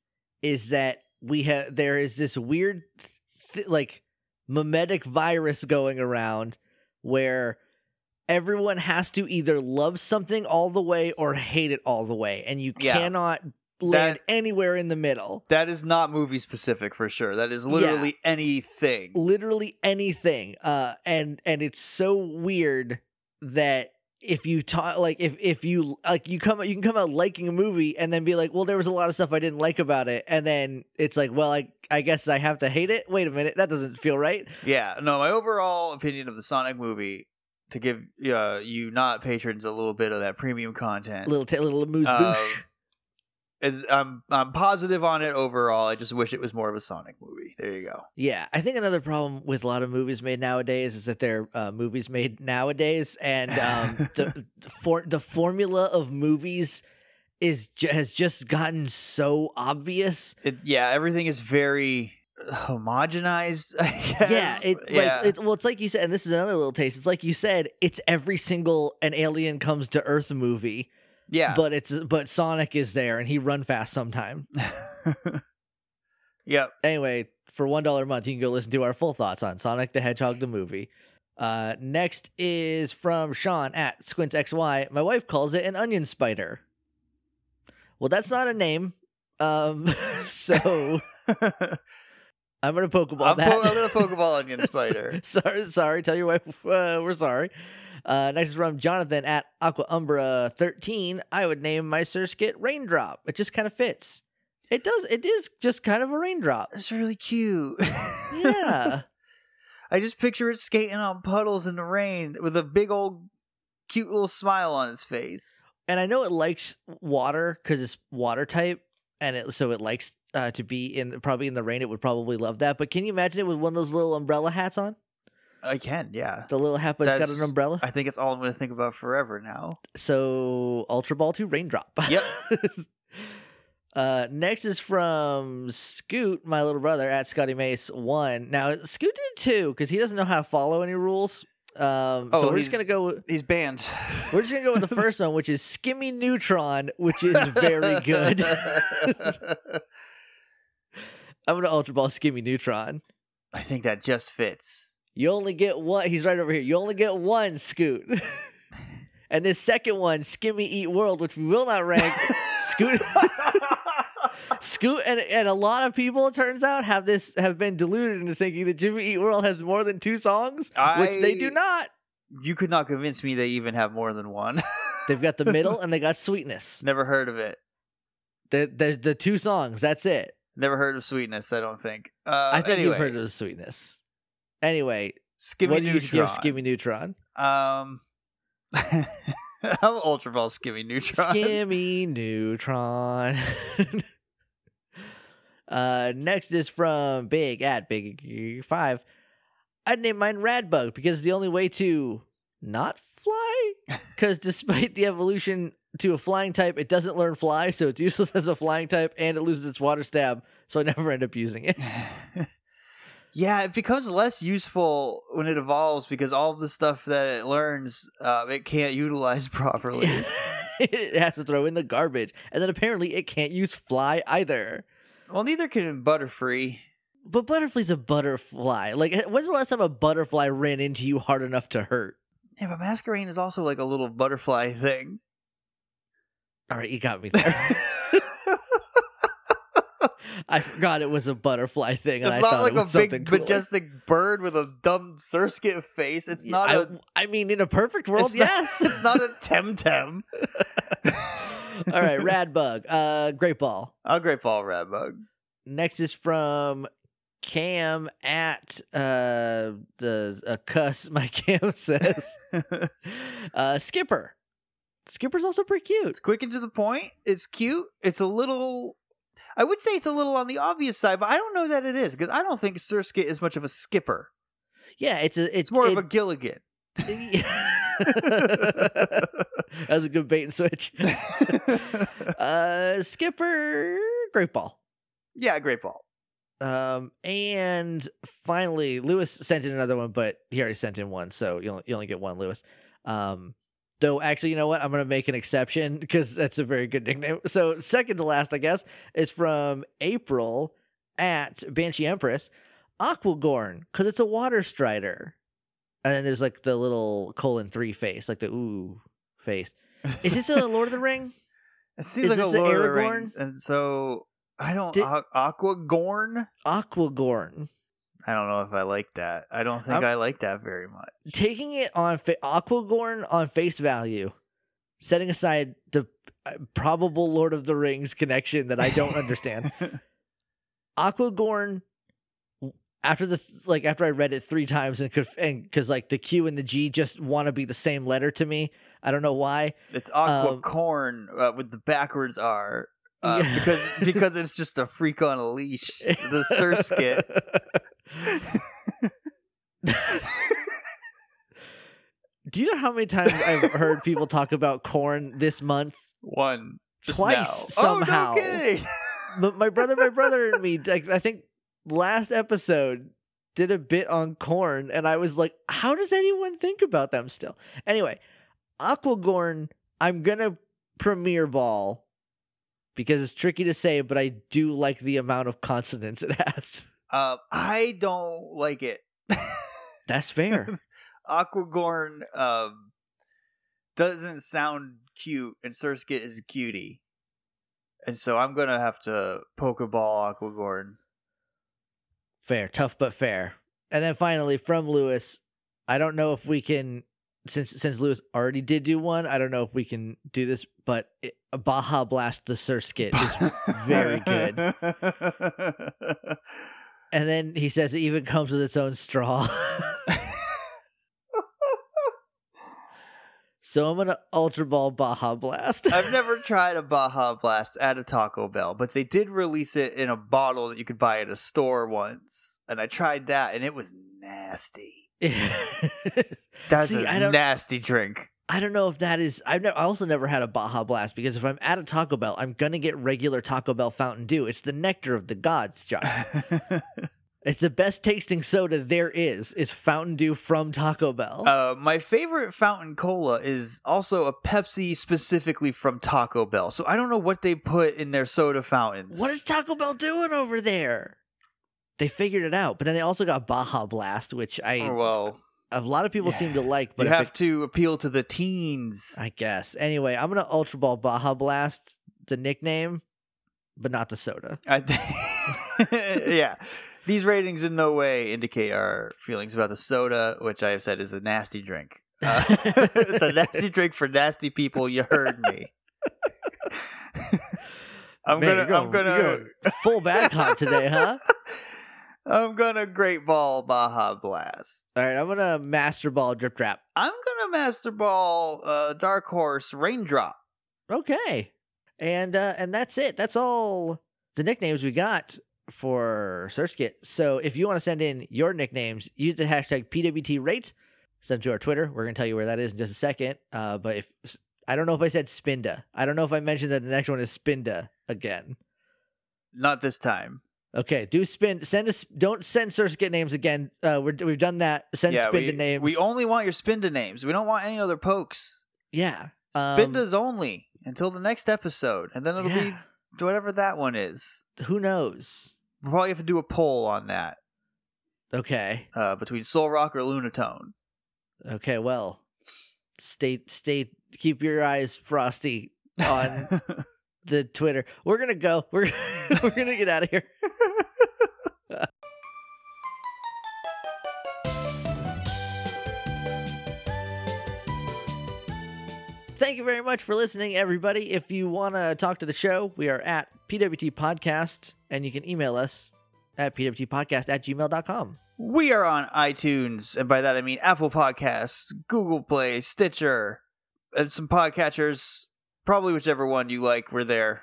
Speaker 1: is that we have there is this weird th- like mimetic virus going around where everyone has to either love something all the way or hate it all the way, and you
Speaker 2: Yeah.
Speaker 1: cannot land anywhere in the middle.
Speaker 2: That is not movie specific for sure. That is
Speaker 1: Yeah.
Speaker 2: literally anything.
Speaker 1: literally anything uh and and it's so weird that if you talk like if if you like you come you can come out liking a movie and then be like well there was a lot of stuff i didn't like about it and then it's like well i i guess i have to hate it wait a minute that doesn't feel right
Speaker 2: Yeah, no, my overall opinion of the Sonic movie to give uh, you not patrons a little bit of that premium content
Speaker 1: little t- little moose
Speaker 2: Uh,
Speaker 1: boosh
Speaker 2: is I'm I'm positive on it overall. I just wish it was more of a Sonic movie. There you go.
Speaker 1: yeah i think another problem with a lot of movies made nowadays is that they're uh, movies made nowadays and um the the for the formula of movies is ju- has just gotten so obvious
Speaker 2: It, yeah, everything is very homogenized. I
Speaker 1: yeah,
Speaker 2: guess.
Speaker 1: it,
Speaker 2: yeah.
Speaker 1: Like, it's well, it's like you said, and this is another little taste. It's like you said, it's every single an alien comes to Earth movie,
Speaker 2: yeah.
Speaker 1: but it's but Sonic is there and he run fast sometime.
Speaker 2: yep.
Speaker 1: Anyway, for one dollar a month, you can go listen to our full thoughts on Sonic the Hedgehog the movie. Uh, next is from Sean at SquintsXY. My wife calls it an onion spider. Well, that's not a name. Um, so
Speaker 2: I'm,
Speaker 1: I'm gonna Pokeball that.
Speaker 2: po- I'm gonna Pokeball Onion Spider.
Speaker 1: sorry, sorry. Tell your wife uh, we're sorry. Uh, next is from Jonathan at Aqua Umbra thirteen. I would name my Surskit Raindrop. It just kind of fits. It does. It is just kind of a raindrop.
Speaker 2: It's really cute.
Speaker 1: Yeah.
Speaker 2: I just picture it skating on puddles in the rain with a big old cute little smile on its face.
Speaker 1: and I know it likes water because it's water type, and it so it likes uh, to be in probably in the rain. It would probably love that. But can you imagine it with one of those little umbrella hats on?
Speaker 2: I can, yeah.
Speaker 1: The little hat, but it's got
Speaker 2: That's-
Speaker 1: an umbrella.
Speaker 2: I think it's all I'm going to think about forever now.
Speaker 1: So Ultra Ball to Raindrop.
Speaker 2: Yep.
Speaker 1: uh, next is from Scoot, my little brother at Scotty Mace one. Now Scoot did two because he doesn't know how to follow any rules. Um, so we're just gonna
Speaker 2: Oh, he's-
Speaker 1: go. With,
Speaker 2: He's banned.
Speaker 1: we're just gonna go with the first one, which is Skimmy Neutron, which is very good. I'm gonna Ultra Ball Skimmy Neutron.
Speaker 2: I think that just fits.
Speaker 1: You only get one. He's right over here. You only get one Scoot. and this second one, Skimmy Eat World, which we will not rank. Scoot. Scoot and, and a lot of people, it turns out, have this have been deluded into thinking that Jimmy Eat World has more than two songs, which they do
Speaker 2: I-
Speaker 1: not.
Speaker 2: You could not convince me they even have more than one.
Speaker 1: They've got the middle and they got sweetness.
Speaker 2: Never heard of it.
Speaker 1: They're, they're the two songs. That's it.
Speaker 2: Never heard of sweetness. I don't think. Uh,
Speaker 1: I think
Speaker 2: anyway,
Speaker 1: you've heard of the sweetness. Anyway,
Speaker 2: Skimmy
Speaker 1: what do you
Speaker 2: Neutron.
Speaker 1: give Skimmy Neutron?
Speaker 2: Um, I'm Ultra Ball Skimmy Neutron.
Speaker 1: Skimmy Neutron. uh, next is from Big at Big Five. I'd name mine Radbug because the only way to not fly. Because despite the evolution to a flying type, it doesn't learn fly, so it's useless as a flying type, and it loses its water stab, so I never end up using it.
Speaker 2: yeah, it becomes less useful when it evolves because all of the stuff that it learns, uh, it can't utilize properly.
Speaker 1: it has to throw in the garbage, and then apparently it can't use fly either.
Speaker 2: Well, neither can Butterfree.
Speaker 1: But butterfly's a butterfly. Like, when's the last time a butterfly ran into you hard enough to hurt?
Speaker 2: Yeah, but Masquerain is also like a little butterfly thing.
Speaker 1: All right, you got me there. I forgot it was a butterfly thing, and
Speaker 2: it's
Speaker 1: I
Speaker 2: not
Speaker 1: thought
Speaker 2: like
Speaker 1: it was
Speaker 2: a
Speaker 1: something
Speaker 2: big
Speaker 1: cool.
Speaker 2: majestic bird with a dumb surskit face. It's not a.
Speaker 1: I I mean, in a perfect world,
Speaker 2: it's not-
Speaker 1: yes.
Speaker 2: it's not a Temtem.
Speaker 1: All right, rad bug. Uh, great ball.
Speaker 2: A great ball rat bug.
Speaker 1: Next is from Cam at uh the uh, cuss my Cam says uh Skipper. Skipper's also pretty cute.
Speaker 2: It's quick and to the point. It's cute. It's a little. I would say it's a little on the obvious side, but I don't know that it is because I don't think Surskit is much of a skipper.
Speaker 1: Yeah, it's a it's,
Speaker 2: It's more
Speaker 1: it-
Speaker 2: of a Gilligan.
Speaker 1: that was a good bait and switch. uh Skipper Great Ball.
Speaker 2: yeah, great ball.
Speaker 1: Um and finally Lewis sent in another one, but he already sent in one, so you only, you only get one, Lewis. Um though actually, you know what? I'm gonna make an exception because that's a very good nickname. So second to last, I guess, is from April at Banshee Empress, Aquagorn, because it's a water strider. And then there's like the little colon three face, like the ooh face. Is this a Lord of the Ring?
Speaker 2: It
Speaker 1: Is
Speaker 2: seems like
Speaker 1: this
Speaker 2: a
Speaker 1: a
Speaker 2: Lord of the Rings,
Speaker 1: Aragorn?
Speaker 2: and so I don't
Speaker 1: Did-
Speaker 2: Aqu- Aquagorn.
Speaker 1: Aquagorn.
Speaker 2: I don't know if I like that. I don't think
Speaker 1: I'm-
Speaker 2: i like that very much.
Speaker 1: Taking it on fa- Aquagorn on face value, setting aside the uh, probable Lord of the Rings connection that I don't understand. Aquagorn after this like after I read it 3 times and conf- and cuz like the Q and the G just want to be the same letter to me. I don't know why.
Speaker 2: It's
Speaker 1: Um,
Speaker 2: Aquacorn uh, with the backwards R uh,
Speaker 1: Yeah.
Speaker 2: because because it's just a freak on a leash. The Surskit.
Speaker 1: Do you know how many times I've heard people talk about corn this month?
Speaker 2: One. Just
Speaker 1: Twice,
Speaker 2: now.
Speaker 1: somehow.
Speaker 2: Oh, no kidding.
Speaker 1: But my brother, my brother, and me. Like, I think last episode did a bit on corn, and I was like, "How does anyone think about them still?" Anyway, Aquagorn, I'm gonna premiere ball because it's tricky to say, but I do like the amount of consonants it has.
Speaker 2: Uh,
Speaker 1: Ah.
Speaker 2: I don't like it.
Speaker 1: That's fair.
Speaker 2: Aquagorn um, doesn't sound cute, and Surskit is a cutie. And so I'm going to have to Pokeball Aquagorn.
Speaker 1: Fair, tough but fair. And then finally from Lewis, I don't know if we can since since Lewis already did do one, I don't know if we can do this, but it, Baja Blast the Surskit is very good. and then he says it even comes with its own straw. so I'm going to ultra ball Baja Blast.
Speaker 2: I've never tried a Baja Blast at a Taco Bell, but they did release it in a bottle that you could buy at a store once. And I tried that, and it was nasty. That's
Speaker 1: See,
Speaker 2: a
Speaker 1: I don't-
Speaker 2: nasty drink.
Speaker 1: I don't know if that is I've never I also never had a Baja Blast because if I'm at a Taco Bell, I'm going to get regular Taco Bell Fountain Dew. It's the nectar of the gods, Josh. It's the best tasting soda there is. Is Fountain Dew from Taco Bell?
Speaker 2: Uh, my favorite fountain cola is also a Pepsi specifically from Taco Bell. So I don't know what they put in their soda fountains.
Speaker 1: what is Taco Bell doing over there? They figured it out, but then they also got Baja Blast, which I
Speaker 2: Oh, well,
Speaker 1: a lot of people seem to like. But
Speaker 2: you
Speaker 1: if
Speaker 2: have
Speaker 1: it-
Speaker 2: to appeal to the teens.
Speaker 1: I guess anyway, I'm gonna Ultra Ball Baja Blast the nickname, but not the soda.
Speaker 2: I th- yeah. These ratings in no way indicate our feelings about the soda, which I have said is a nasty drink. Uh, it's a nasty drink for nasty people. You heard me. I'm
Speaker 1: Man,
Speaker 2: gonna,
Speaker 1: you're
Speaker 2: I'm gonna,
Speaker 1: you're full back hot today, huh?
Speaker 2: I'm gonna great ball Baja Blast.
Speaker 1: All right, I'm gonna Master Ball Drip Drap.
Speaker 2: I'm gonna master ball uh, Dark Horse Raindrop.
Speaker 1: Okay. And uh and that's it. That's all the nicknames we got for SearchKit. So if you want to send in your nicknames, use the hashtag PWTRate. Send them to our Twitter. We're gonna tell you where that is in just a second. Uh but if I don't know if I said Spinda. I don't know if I mentioned that the next one is Spinda again.
Speaker 2: Not this time.
Speaker 1: Okay, do spin send us don't send SearchKit names again. Uh we're, we've done that. Send
Speaker 2: yeah,
Speaker 1: Spinda
Speaker 2: we,
Speaker 1: names.
Speaker 2: we only want your Spinda names. We don't want any other pokes.
Speaker 1: Yeah. Um,
Speaker 2: Spindas only until the next episode, and then it'll
Speaker 1: yeah.
Speaker 2: be whatever that one is.
Speaker 1: who knows?
Speaker 2: We'll probably have to do a poll on that
Speaker 1: Okay.
Speaker 2: uh, between Soul Rock or Lunatone.
Speaker 1: Okay, well, stay, stay, keep your eyes frosty on the Twitter. We're gonna go. We're we're gonna get out of here. Thank you very much for listening, everybody. If you want to talk to the show, we are at PWT Podcast, and you can email us at pwtpodcast at gmail.com.
Speaker 2: We are on iTunes, and by that I mean Apple Podcasts, Google Play, Stitcher, and some podcatchers. Probably whichever one you like, we're there,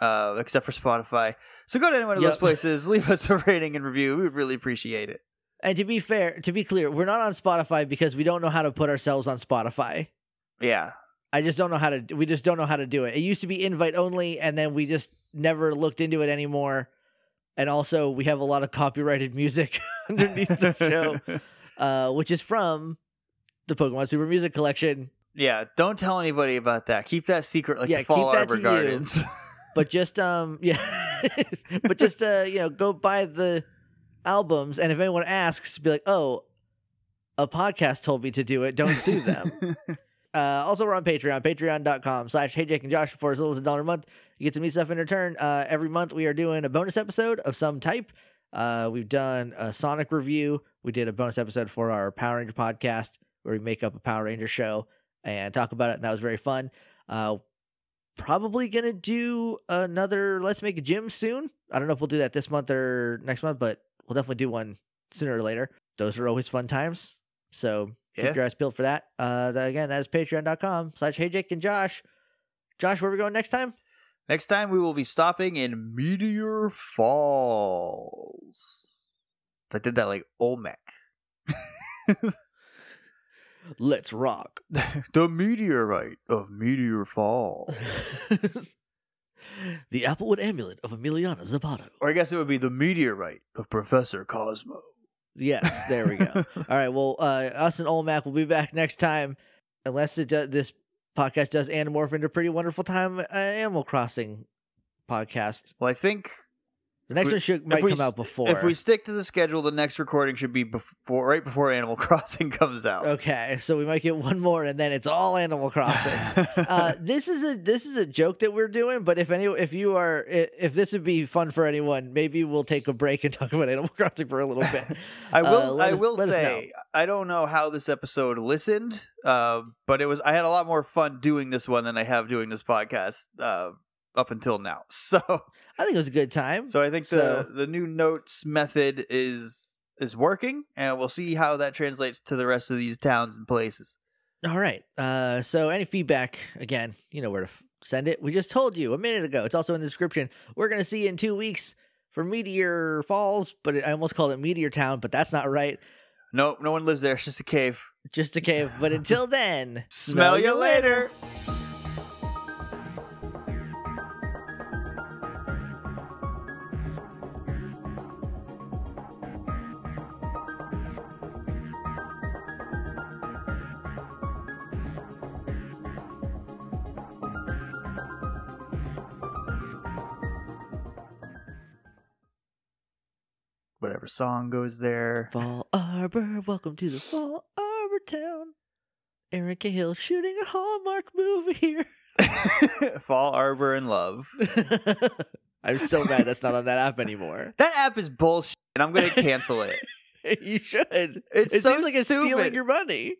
Speaker 2: uh, except for Spotify. So go to any one of
Speaker 1: Yep.
Speaker 2: those places, leave us a rating and review. We would really appreciate it.
Speaker 1: And to be fair, to be clear, we're not on Spotify because we don't know how to put ourselves on Spotify.
Speaker 2: Yeah,
Speaker 1: I just don't know how to. We just don't know how to do it. It used to be invite only, and then we just never looked into it anymore. And also, we have a lot of copyrighted music underneath the show, uh, which is from the Pokemon Super Music Collection.
Speaker 2: yeah. Don't tell anybody about that. Keep that secret, like
Speaker 1: Yeah,
Speaker 2: the Fall
Speaker 1: keep that
Speaker 2: Arbor
Speaker 1: to you.
Speaker 2: Gardens.
Speaker 1: But just um, yeah, but just uh, you know, go buy the albums, and if anyone asks, be like, oh, a podcast told me to do it. Don't sue them. Uh, also, we're on Patreon, patreon.com slash hey Jake and Josh for as little as a dollar a month. You get some neat stuff in return. Uh, every month, we are doing a bonus episode of some type. Uh, we've done a Sonic review. We did a bonus episode for our Power Ranger podcast where we make up a Power Ranger show and talk about it. And that was very fun. Uh, probably going to do another Let's Make a Gym soon. I don't know if we'll do that this month or next month, but we'll definitely do one sooner or later. Those are always fun times. So keep
Speaker 2: Yeah.
Speaker 1: your eyes peeled for that. Uh, that again, that is patreon.com slash hey Jake and Josh. Josh, where are we going next time?
Speaker 2: Next time we will be stopping in Meteor Falls. I did that like Olmec.
Speaker 1: Let's rock.
Speaker 2: the meteorite of Meteor Falls.
Speaker 1: the Applewood amulet of Emiliana Zapato.
Speaker 2: Or I guess it would be the meteorite of Professor Cosmo.
Speaker 1: Yes, there we go. All right. Well, uh, us and Olmac will be back next time, unless it do- this podcast does anamorph into pretty wonderful time uh, Animal Crossing podcast.
Speaker 2: Well, I think
Speaker 1: The next
Speaker 2: we-
Speaker 1: one should might
Speaker 2: we
Speaker 1: come
Speaker 2: s-
Speaker 1: out before.
Speaker 2: if we stick to the schedule, the next recording should be before, right before Animal Crossing comes out.
Speaker 1: okay, so we might get one more, and then it's all Animal Crossing. uh, this is a this is a joke that we're doing, but if any if you are i- if this would be fun for anyone, maybe we'll take a break and talk about Animal Crossing for a little bit.
Speaker 2: I
Speaker 1: uh,
Speaker 2: will.
Speaker 1: let
Speaker 2: I
Speaker 1: us-
Speaker 2: will
Speaker 1: let us know.
Speaker 2: say I don't know how this episode listened, uh, but it was. I had a lot more fun doing this one than I have doing this podcast uh, up until now. So,
Speaker 1: I think it was a good time.
Speaker 2: so I think the
Speaker 1: So-
Speaker 2: the new notes method is is working, and we'll see how that translates to the rest of these towns and places.
Speaker 1: All right. Uh, so any feedback, again, you know where to f- send it. We just told you a minute ago. It's also in the description. We're gonna see you in two weeks for Meteor Falls, but it, I almost called it Meteor Town, but that's not right.
Speaker 2: No, no one lives there. It's just a cave.
Speaker 1: Just a cave. But until then,
Speaker 2: Smell, you later. Whatever song goes there.
Speaker 1: Fall Arbor, welcome to the Fall Arbor Town. Aaron Cahill shooting a Hallmark movie here.
Speaker 2: Fall Arbor in Love.
Speaker 1: I'm so mad that's not on that app anymore.
Speaker 2: That app is bullshit, and I'm going to cancel it.
Speaker 1: you should.
Speaker 2: It's
Speaker 1: it
Speaker 2: so
Speaker 1: seems like it's
Speaker 2: stupid.
Speaker 1: stealing your money.